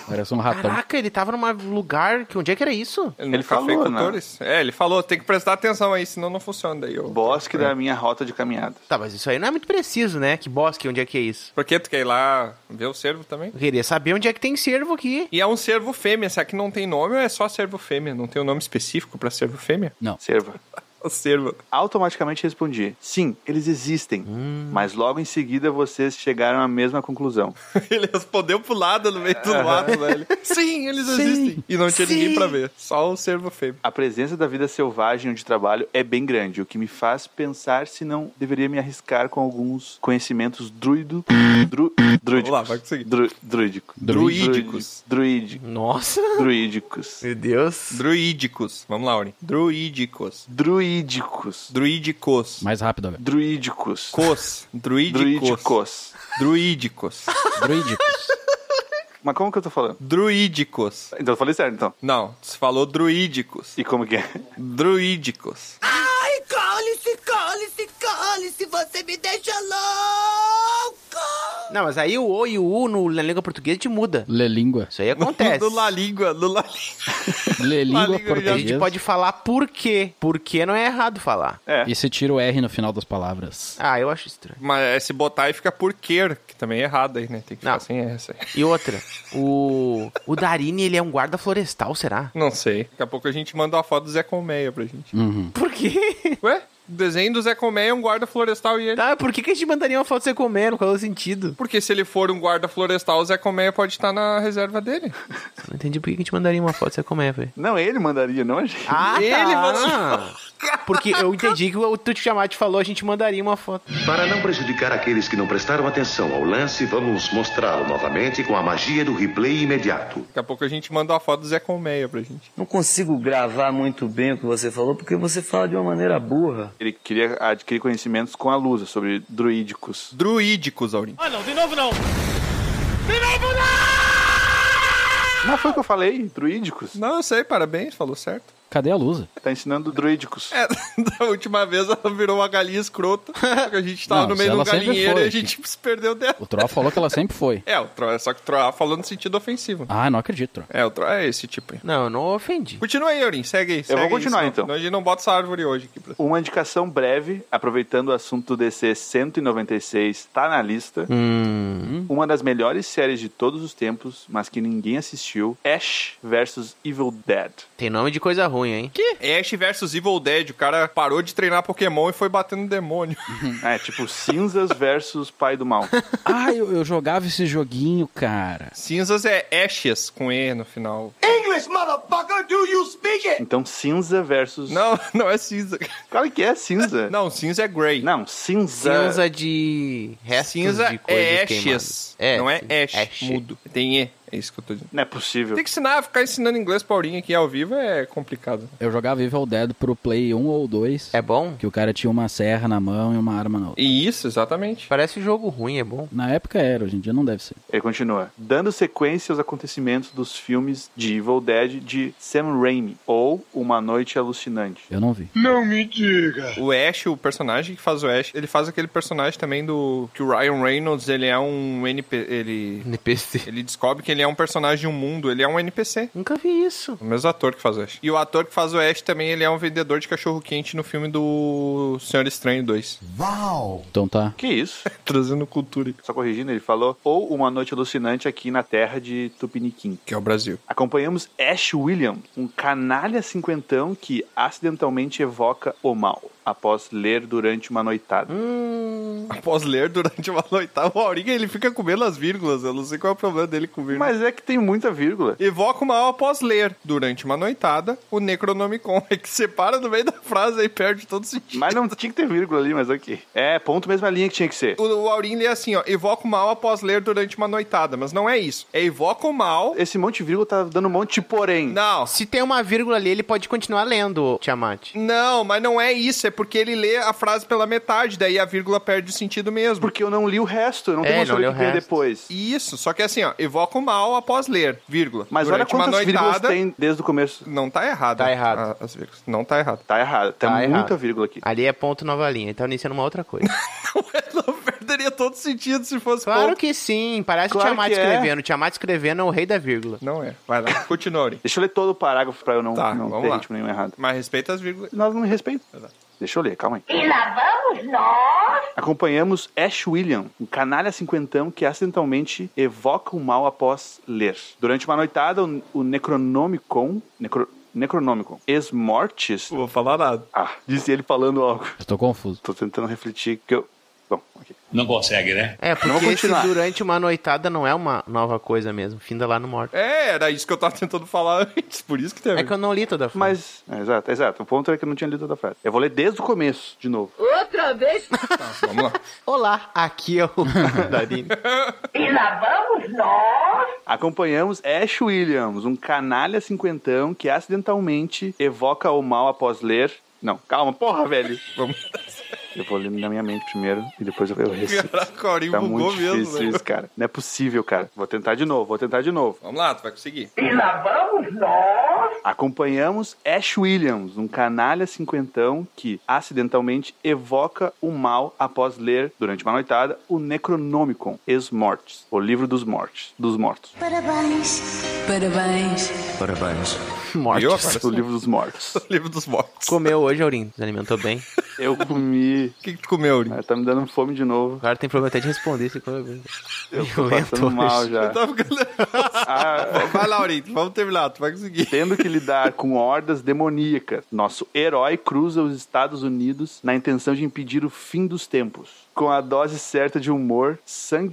Speaker 2: Parece um ratão.
Speaker 3: Caraca, ele tava num lugar que onde é que era isso?
Speaker 1: No
Speaker 4: Ele falou,
Speaker 1: cafeicultores. É, ele falou, tem que prestar atenção aí, senão não funciona daí. Eu...
Speaker 4: Bosque
Speaker 1: É.
Speaker 4: da minha rota de caminhada.
Speaker 3: Tá, mas isso aí não é muito preciso, né? Que bosque, onde é que é isso?
Speaker 1: Por que tu quer ir lá ver o cervo também?
Speaker 3: Eu queria saber onde é que tem cervo aqui.
Speaker 1: E é um cervo fêmea, será que não tem nome ou é só cervo fêmea? Não tem um nome específico pra cervo fêmea?
Speaker 4: Serva.
Speaker 1: O cervo.
Speaker 4: Automaticamente respondi: sim, eles existem.
Speaker 1: Hum.
Speaker 4: Mas logo em seguida vocês chegaram à mesma conclusão.
Speaker 1: Ele respondeu pro lado no meio do mato, velho. É. Sim, eles existem. E não tinha ninguém pra ver, só o cervo fêmea.
Speaker 4: A presença da vida selvagem onde trabalho é bem grande, o que me faz pensar se não deveria me arriscar com alguns conhecimentos druido, dru, druídicos.
Speaker 1: lá, vai conseguir.
Speaker 4: Dru, druídico.
Speaker 1: Druídicos. Hum.
Speaker 4: Druídico.
Speaker 3: Nossa!
Speaker 4: Druídicos.
Speaker 3: Meu Deus!
Speaker 1: Druídicos. Vamos lá, Aurim. Druídicos.
Speaker 4: Druídicos.
Speaker 1: Druídicos.
Speaker 2: Mais rápido, velho.
Speaker 4: Druídicos.
Speaker 1: Cos. Druídicos.
Speaker 4: Druídicos.
Speaker 1: Druídicos.
Speaker 2: Druídicos.
Speaker 4: Mas como que eu tô falando?
Speaker 1: Druídicos.
Speaker 4: Então eu falei certo, então.
Speaker 1: Não, você falou druídicos.
Speaker 4: E como que é?
Speaker 1: Druídicos.
Speaker 5: Ai, cole-se, cole-se, cole-se. Você me deixa louco.
Speaker 3: Não, mas aí o O e o U no, na língua portuguesa te muda.
Speaker 2: Lê língua.
Speaker 3: Isso aí acontece.
Speaker 1: Do La Língua, do La Língua.
Speaker 2: Lê língua
Speaker 1: língua
Speaker 3: A gente
Speaker 2: portuguesa.
Speaker 3: pode falar por quê. Por quê não é errado falar.
Speaker 4: É.
Speaker 2: E se tira o R no final das palavras.
Speaker 3: Ah, eu acho estranho.
Speaker 1: Mas é se botar aí fica por quer, que também é errado aí, né? Tem que
Speaker 3: Não.
Speaker 1: ficar sem essa aí.
Speaker 3: E outra, o. O Darini, ele é um guarda florestal, será?
Speaker 1: Não sei. Daqui a pouco a gente manda uma foto do Zé Colmeia pra gente.
Speaker 2: Uhum.
Speaker 3: Por quê?
Speaker 1: Ué? O desenho do Zé Colmeia é um guarda florestal e ele.
Speaker 3: Tá, por que, que a gente mandaria uma foto de você comendo? Qual é o sentido?
Speaker 1: Porque se ele for um guarda florestal, o Zé Colmeia pode estar na reserva dele.
Speaker 3: Não entendi por que que a gente mandaria uma foto de você comer, velho.
Speaker 4: Não, ele mandaria, não a gente.
Speaker 3: Ah,
Speaker 1: Ele
Speaker 3: tá. Porque eu entendi que o Tuti Chamate falou, a gente mandaria uma foto.
Speaker 13: Para não prejudicar aqueles que não prestaram atenção ao lance, vamos mostrá-lo novamente com a magia do replay imediato.
Speaker 1: Daqui a pouco a gente manda uma foto do Zé Colmeia pra gente.
Speaker 5: Não consigo gravar muito bem o que você falou, porque você fala de uma maneira burra.
Speaker 4: Ele queria adquirir conhecimentos com a Lusa sobre druídicos.
Speaker 1: Druídicos, Aurim.
Speaker 6: Ah, não, de novo não.
Speaker 4: Mas foi o que eu falei, druídicos.
Speaker 1: Não, eu sei, parabéns, falou certo.
Speaker 2: Cadê a Lusa?
Speaker 4: Tá ensinando druídicos.
Speaker 1: É, da última vez ela virou uma galinha escrota. porque a gente tava
Speaker 2: Não,
Speaker 1: no meio
Speaker 2: isso
Speaker 1: do
Speaker 2: ela sempre
Speaker 1: galinheiro
Speaker 2: foi.
Speaker 1: e a gente se perdeu dela.
Speaker 2: O Troll falou que ela sempre foi.
Speaker 1: É, o Troá, só que o Troá falou no sentido ofensivo.
Speaker 2: Ah, não acredito, Troll.
Speaker 1: É, o Troá é esse tipo aí.
Speaker 3: Não, eu não ofendi.
Speaker 1: Continua aí, Eurin, segue aí.
Speaker 4: vou
Speaker 1: segue aí,
Speaker 4: continuar,
Speaker 1: senão-
Speaker 4: então.
Speaker 1: senão A gente não bota essa árvore hoje aqui. Pra...
Speaker 4: Uma indicação breve, aproveitando o assunto do DC 196, tá na lista. Uma das melhores séries de todos os tempos, mas que ninguém assistiu, Ash vs Evil Dead.
Speaker 3: Tem nome de coisa ruim, ruim, hein?
Speaker 1: Que? Ash versus Evil Dead. O cara parou de treinar Pokémon e foi batendo demônio.
Speaker 4: É, tipo cinzas versus pai do mal.
Speaker 2: Ah, eu, eu jogava esse joguinho, cara.
Speaker 1: Cinzas é Ashes com E no final.
Speaker 6: English, motherfucker, do you speak it?
Speaker 4: Então cinza versus.
Speaker 1: Não, não é cinza.
Speaker 4: Claro que é cinza.
Speaker 1: Não, cinza é grey.
Speaker 4: Não, cinza.
Speaker 3: Cinza de restos
Speaker 1: Cinza
Speaker 3: de coisas
Speaker 1: é
Speaker 3: queimadas.
Speaker 1: Ashes. não é Ash. Mudo. Tem E. É isso que eu tô dizendo.
Speaker 4: Não é possível.
Speaker 1: Tem que ensinar, ficar ensinando inglês pra Aurinha aqui ao vivo é complicado.
Speaker 2: Eu jogava Evil Dead pro Play 1 ou 2.
Speaker 3: É bom?
Speaker 2: Que o cara tinha uma serra na mão e uma arma na outra.
Speaker 1: E isso, exatamente.
Speaker 3: Parece jogo ruim, é bom.
Speaker 2: Na época era, hoje em dia não deve ser.
Speaker 4: Ele continua. Dando sequência aos acontecimentos dos filmes de Evil Dead de Sam Raimi, ou Uma Noite Alucinante.
Speaker 2: Eu não vi.
Speaker 6: Não me diga.
Speaker 1: O Ash, o personagem que faz o Ash, ele faz aquele personagem também do que o Ryan Reynolds, ele é um NP, ele
Speaker 3: NPC.
Speaker 1: ele descobre que ele é um personagem de um mundo, ele é um NPC.
Speaker 3: Nunca vi isso.
Speaker 1: O mesmo ator que faz o Ash. E o ator que faz o Ash também, ele é um vendedor de cachorro quente no filme do Senhor Estranho 2.
Speaker 2: Então tá.
Speaker 4: Que isso?
Speaker 1: Trazendo cultura, aí,
Speaker 4: Só corrigindo, ele falou Ou Uma Noite Alucinante aqui na terra de Tupiniquim.
Speaker 1: que é o Brasil.
Speaker 4: Acompanhamos Ash William, um canalha cinquentão que acidentalmente evoca o mal após ler durante uma noitada.
Speaker 1: Hum. Após ler durante uma noitada, o Aurinha, ele fica comendo as vírgulas, eu não sei qual é o problema dele com vírgula.
Speaker 4: Mas é que tem muita vírgula.
Speaker 1: Evoca o mal após ler, durante uma noitada, o Necronomicon, é que separa no meio da frase e perde todo sentido.
Speaker 4: Mas não tinha que ter vírgula ali, mas ok. É, ponto mesma linha que tinha que ser.
Speaker 1: O, o Aurinho lê assim, ó, evoca o mal após ler durante uma noitada, mas não é isso. É evoca o mal...
Speaker 4: Esse monte de vírgula tá dando um monte de porém.
Speaker 1: Não,
Speaker 3: Se tem uma vírgula ali, ele pode continuar lendo, Tiamat.
Speaker 1: não, mas não é isso, é porque ele lê a frase pela metade, daí a vírgula perde o sentido mesmo.
Speaker 4: Porque eu não li o resto, eu não tenho
Speaker 3: É,
Speaker 4: como
Speaker 3: não
Speaker 4: saber
Speaker 3: li
Speaker 4: o
Speaker 3: o
Speaker 4: que vem
Speaker 3: resto.
Speaker 4: depois.
Speaker 1: Isso, só que assim, ó, evoca o mal após ler, vírgula.
Speaker 4: Mas olha
Speaker 1: durante uma
Speaker 4: quantas vírgulas
Speaker 1: noitada,
Speaker 4: tem desde o começo.
Speaker 1: Não tá errado.
Speaker 3: Tá errado.
Speaker 1: a- as vírgulas. Não tá errado.
Speaker 4: Tá errado, tem
Speaker 3: Tá
Speaker 4: muita
Speaker 3: errado.
Speaker 4: vírgula aqui.
Speaker 3: Ali é ponto nova linha, ele tá iniciando uma outra coisa.
Speaker 1: Não perderia todo sentido se fosse
Speaker 3: claro
Speaker 1: ponto.
Speaker 3: que sim, parece
Speaker 4: Claro
Speaker 3: Tiamat
Speaker 4: que é.
Speaker 3: escrevendo. Tiamat escrevendo é o rei da vírgula.
Speaker 1: Não é. Vai lá, continua, Aurinho.
Speaker 4: Deixa eu ler todo o parágrafo pra eu não,
Speaker 1: Tá,
Speaker 4: não
Speaker 1: vamos
Speaker 4: ter
Speaker 1: lá.
Speaker 4: ritmo nenhum errado.
Speaker 1: Mas respeita as vírgulas.
Speaker 4: Nós não me respeitamos. Deixa eu ler, calma aí.
Speaker 15: E lá vamos nós.
Speaker 4: Acompanhamos Ash William, um canalha cinquentão que acidentalmente evoca o mal após ler. Durante uma noitada, o, o Necronomicon... Necro, Necronomicon. Esmortis...
Speaker 1: Não vou falar nada.
Speaker 4: Ah, disse ele falando algo.
Speaker 2: Eu tô confuso.
Speaker 4: Tô tentando refletir que eu... Bom, ok.
Speaker 9: Não consegue, né?
Speaker 3: É, porque
Speaker 4: Vamos
Speaker 3: esse
Speaker 4: continuar.
Speaker 3: durante uma noitada não é uma nova coisa mesmo. Finda lá no morto.
Speaker 1: É, era isso que eu tava tentando falar antes, por isso que teve.
Speaker 3: É que eu não li toda a frase.
Speaker 4: Mas, é, exato, exato. O ponto é que eu não tinha lido toda a frase. Eu vou ler desde o começo, de novo.
Speaker 15: Outra vez.
Speaker 1: Vamos lá.
Speaker 3: Olá, aqui é o Darine.
Speaker 15: E lá vamos nós.
Speaker 4: Acompanhamos Ash Williams, um canalha cinquentão que acidentalmente evoca o mal após ler. Não, calma, porra, velho.
Speaker 1: Vamos.
Speaker 4: Eu vou ler na minha mente primeiro e depois eu, eu recito.
Speaker 1: Caraca, o Aurinho
Speaker 4: Tá
Speaker 1: bugou
Speaker 4: muito
Speaker 1: mesmo.
Speaker 4: difícil
Speaker 1: né?
Speaker 4: isso, cara. Não é possível, cara. Vou tentar de novo, vou tentar de novo.
Speaker 1: Vamos lá, tu vai conseguir.
Speaker 15: E lá vamos nós.
Speaker 4: Acompanhamos Ash Williams, um canalha cinquentão que acidentalmente evoca o mal após ler, durante uma noitada, o Necronomicon, Ex-Mortes, o livro dos mortes, dos mortos.
Speaker 3: Morte.
Speaker 1: Viu? Agora
Speaker 4: O livro dos mortos.
Speaker 1: livro dos mortos.
Speaker 3: Comeu hoje, Aurim. Se alimentou bem.
Speaker 4: Eu comi.
Speaker 1: O que, que tu comeu, Aurinho?
Speaker 4: Ah, tá me dando fome de novo.
Speaker 3: O cara tem problema até de responder se comeu bem.
Speaker 4: Eu tô
Speaker 3: Violento
Speaker 4: passando mal
Speaker 3: hoje.
Speaker 4: já.
Speaker 1: Tá ficando nervoso.
Speaker 4: É. Ah,
Speaker 1: Vai lá, Aurinho, vamos terminar, tu vai conseguir.
Speaker 4: tendo que lidar com hordas demoníacas, nosso herói cruza os Estados Unidos na intenção de impedir o fim dos tempos. Com a dose certa de humor,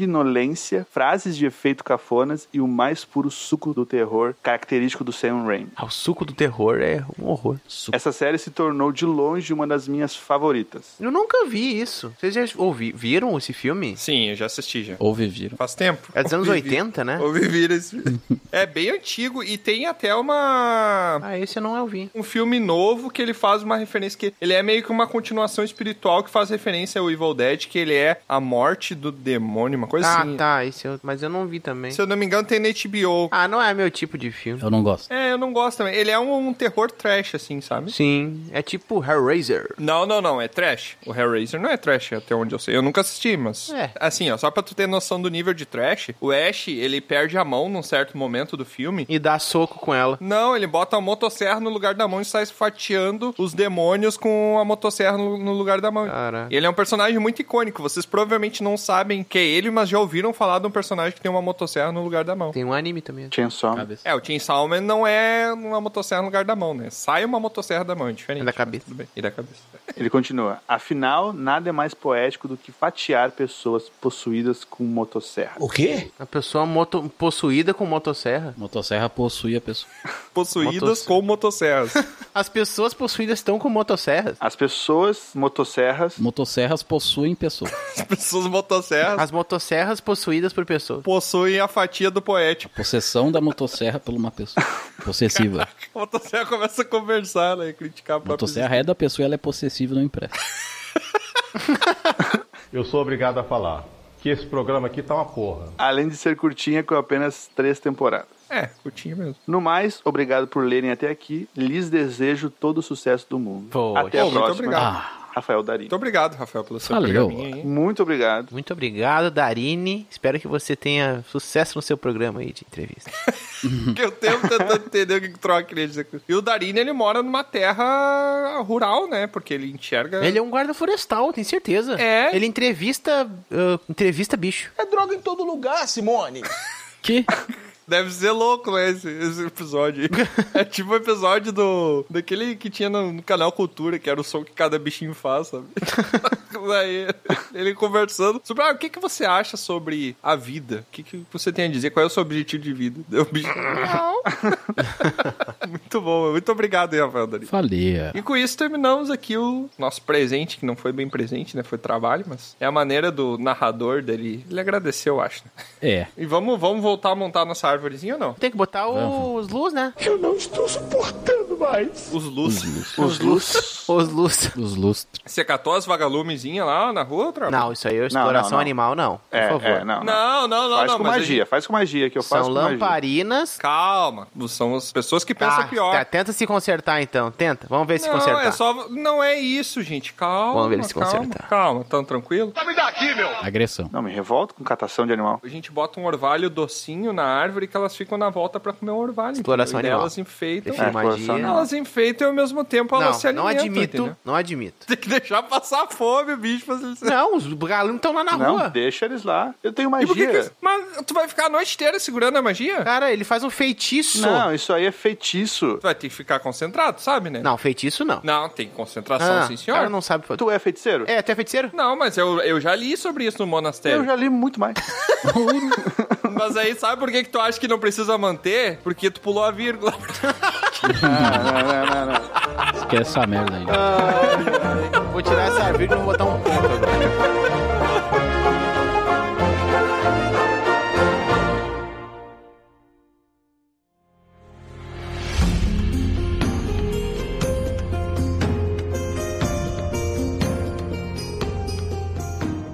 Speaker 4: sanguinolência, frases de efeito cafonas e o mais puro suco do terror característico do Sam Raimi.
Speaker 3: Ah, o suco do terror é um horror. Suco.
Speaker 4: Essa série se tornou de longe uma das minhas favoritas.
Speaker 3: Eu nunca vi isso. Vocês já ouvi, viram esse filme?
Speaker 1: Sim, eu já assisti já.
Speaker 2: Ou viviram.
Speaker 1: Faz tempo.
Speaker 3: É dos anos
Speaker 1: Ouvi-
Speaker 3: 80, né?
Speaker 1: Ouvi vir esse. É bem antigo e tem até uma.
Speaker 3: Ah, esse eu não ouvi.
Speaker 1: Um filme novo que ele faz uma referência que ele é meio que uma continuação espiritual que faz referência ao Evil Dead, que ele é a morte do demônio, uma coisa
Speaker 3: Ah,
Speaker 1: assim.
Speaker 3: tá. Esse eu, mas eu não vi também.
Speaker 1: Se eu não me engano, tem na HBO.
Speaker 3: Ah, não é meu tipo de filme.
Speaker 2: Eu não gosto.
Speaker 1: É, eu não gosto também. Ele é um, um terror trash, assim, sabe?
Speaker 3: Sim, é tipo Hellraiser.
Speaker 1: Não, não, não, é trash. O Hellraiser não é trash, até onde eu sei. Eu nunca assisti, mas.
Speaker 3: É.
Speaker 1: Assim, ó, só pra tu ter noção do nível de trash, o Ash, ele perde a mão num certo momento do filme
Speaker 3: E dá soco com ela.
Speaker 1: Não, ele bota a motosserra no lugar da mão e sai fatiando os demônios com a motosserra no, no lugar da mão.
Speaker 3: Caraca.
Speaker 1: Ele é um personagem muito icônico. Vocês provavelmente não sabem que é ele, mas já ouviram falar de um personagem que tem uma motosserra no lugar da mão.
Speaker 3: Tem um anime também.
Speaker 4: Chainsaw.
Speaker 1: É, o Chainsaw Man não é uma motosserra no lugar da mão, né? Sai uma motosserra da mão, é diferente.
Speaker 3: Da cabeça.
Speaker 1: Tudo bem. E da cabeça.
Speaker 4: Ele continua. Afinal, nada é mais poético do que fatiar pessoas possuídas com motosserra.
Speaker 3: O quê? A pessoa moto- possuída com motosserra.
Speaker 2: Motosserra possui a pessoa.
Speaker 1: Possuídas
Speaker 3: Motosserra.
Speaker 1: com motosserras.
Speaker 3: As pessoas possuídas estão com motosserras.
Speaker 4: As pessoas motosserras.
Speaker 2: Motosserras possuem pessoas.
Speaker 1: As pessoas motosserras.
Speaker 3: As motosserras possuídas por pessoas.
Speaker 1: Possuem a fatia do poético.
Speaker 2: Possessão da motosserra por uma pessoa. Possessiva.
Speaker 1: A motosserra começa a conversar, né? E criticar a própria
Speaker 2: Motosserra é da pessoa e ela é possessiva não empresta.
Speaker 14: Eu sou obrigado a falar que esse programa aqui tá uma porra.
Speaker 4: Além de ser curtinha, com apenas três temporadas.
Speaker 1: É, curtinho mesmo.
Speaker 4: No mais, obrigado por lerem até aqui. Lhes desejo todo o sucesso do mundo. Até a
Speaker 1: Pô, muito
Speaker 4: próxima.
Speaker 1: obrigado. Então-
Speaker 4: Rafael Dari.
Speaker 1: Muito obrigado, Rafael, pelo
Speaker 2: Ah,
Speaker 1: seu
Speaker 3: Valeu.
Speaker 1: programinha,
Speaker 2: é.
Speaker 1: hein?
Speaker 4: Muito obrigado.
Speaker 3: Muito obrigado, Darine. Espero que você tenha sucesso no seu programa aí de entrevista.
Speaker 1: Que eu tenho tentando entender o que que troca queria dizer com isso. E o Darine, ele mora numa terra rural, né? Porque ele enxerga.
Speaker 3: Ele é um guarda florestal, tenho certeza.
Speaker 1: É.
Speaker 3: Ele entrevista. ah, entrevista bicho.
Speaker 16: É droga em todo lugar, Simone.
Speaker 2: Que?
Speaker 1: Deve ser louco, né, esse, esse episódio. aí. É tipo o episódio do. Daquele que tinha no, no canal Cultura, que era o som que cada bichinho faz, sabe? Daí, ele conversando sobre ah, o que, que você acha sobre a vida? O que, que você tem a dizer? Qual é o seu objetivo de vida? Daí o bicho. Não. muito bom, muito obrigado, hein, Rafael Dari.
Speaker 2: Falia.
Speaker 1: E com isso terminamos aqui o nosso presente, que não foi bem presente, né? Foi trabalho, mas é a maneira do narrador dele. Ele agradeceu, eu acho. né?
Speaker 2: É.
Speaker 1: E vamos, vamos voltar a montar nossa árvorezinha ou não?
Speaker 3: Tem que botar os luz, né?
Speaker 1: Eu não estou suportando mais. Os luz.
Speaker 3: Os luz. Os luz.
Speaker 2: Os luz.
Speaker 1: Você catou as vagalumezinhas lá na rua, Trava?
Speaker 3: Não, isso aí é exploração animal, não. Por
Speaker 1: É,
Speaker 3: favor.
Speaker 1: é, não, não. Não, não, não,
Speaker 4: Faz
Speaker 1: não,
Speaker 4: com
Speaker 1: mas
Speaker 4: magia,
Speaker 1: ele-
Speaker 4: faz com magia que eu faço.
Speaker 3: São
Speaker 4: com magia.
Speaker 3: lamparinas.
Speaker 1: Calma. São as pessoas que pensam
Speaker 3: Tá,
Speaker 1: pior.
Speaker 3: tá, tenta se consertar então. Tenta. Vamos ver se
Speaker 1: não,
Speaker 3: consertar.
Speaker 1: é só. Não é isso, gente. Calma.
Speaker 3: Vamos ver ele se
Speaker 1: calma,
Speaker 3: consertar.
Speaker 1: Calma, tão tranquilo?
Speaker 4: Tá me daqui, meu!
Speaker 2: Agressão.
Speaker 4: Não, me revolto com catação de animal.
Speaker 1: A gente bota um orvalho docinho na árvore que elas ficam na volta pra comer o orvalho.
Speaker 3: Exploração
Speaker 1: entendeu? E
Speaker 3: animal.
Speaker 1: Elas enfeitam.
Speaker 4: É,
Speaker 3: Prefiro magia.
Speaker 1: Elas enfeitam e ao mesmo tempo elas se
Speaker 3: Não, não
Speaker 1: alimentam.
Speaker 3: admito.
Speaker 1: entendeu?
Speaker 3: Não admito.
Speaker 1: Tem que deixar passar fome, bicho, pra eles...
Speaker 3: Não, os galinhos estão lá na
Speaker 4: Não,
Speaker 3: rua.
Speaker 4: deixa eles lá. Eu tenho
Speaker 1: E por que
Speaker 4: magia.
Speaker 1: que- Mas tu vai ficar a noite inteira segurando a magia?
Speaker 3: Cara, ele faz um feitiço.
Speaker 4: Não, isso aí é feitiço.
Speaker 1: Tu vai ter que ficar concentrado, sabe, né?
Speaker 3: Não, feitiço não.
Speaker 1: Não, tem concentração,
Speaker 3: Ah,
Speaker 1: sim,
Speaker 3: O
Speaker 1: senhor.
Speaker 3: cara não sabe.
Speaker 4: Tu é feiticeiro?
Speaker 3: É, tu é feiticeiro?
Speaker 1: Não, mas eu, eu já li sobre isso no monastério.
Speaker 4: Eu já li muito mais.
Speaker 1: Mas aí, sabe por que, que tu acha que não precisa manter? Porque tu pulou a vírgula.
Speaker 2: Esquece essa merda aí.
Speaker 3: Vou tirar essa vírgula e vou botar um ponto agora.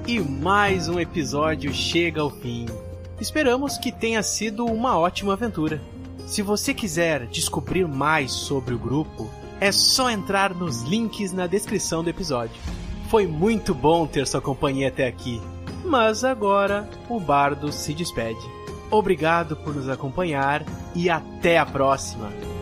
Speaker 17: E mais um episódio chega ao fim. Esperamos que tenha sido uma ótima aventura. Se você quiser descobrir mais sobre o grupo, é só entrar nos links na descrição do episódio. Foi muito bom ter sua companhia até aqui, mas agora o bardo se despede. Obrigado por nos acompanhar e até a próxima!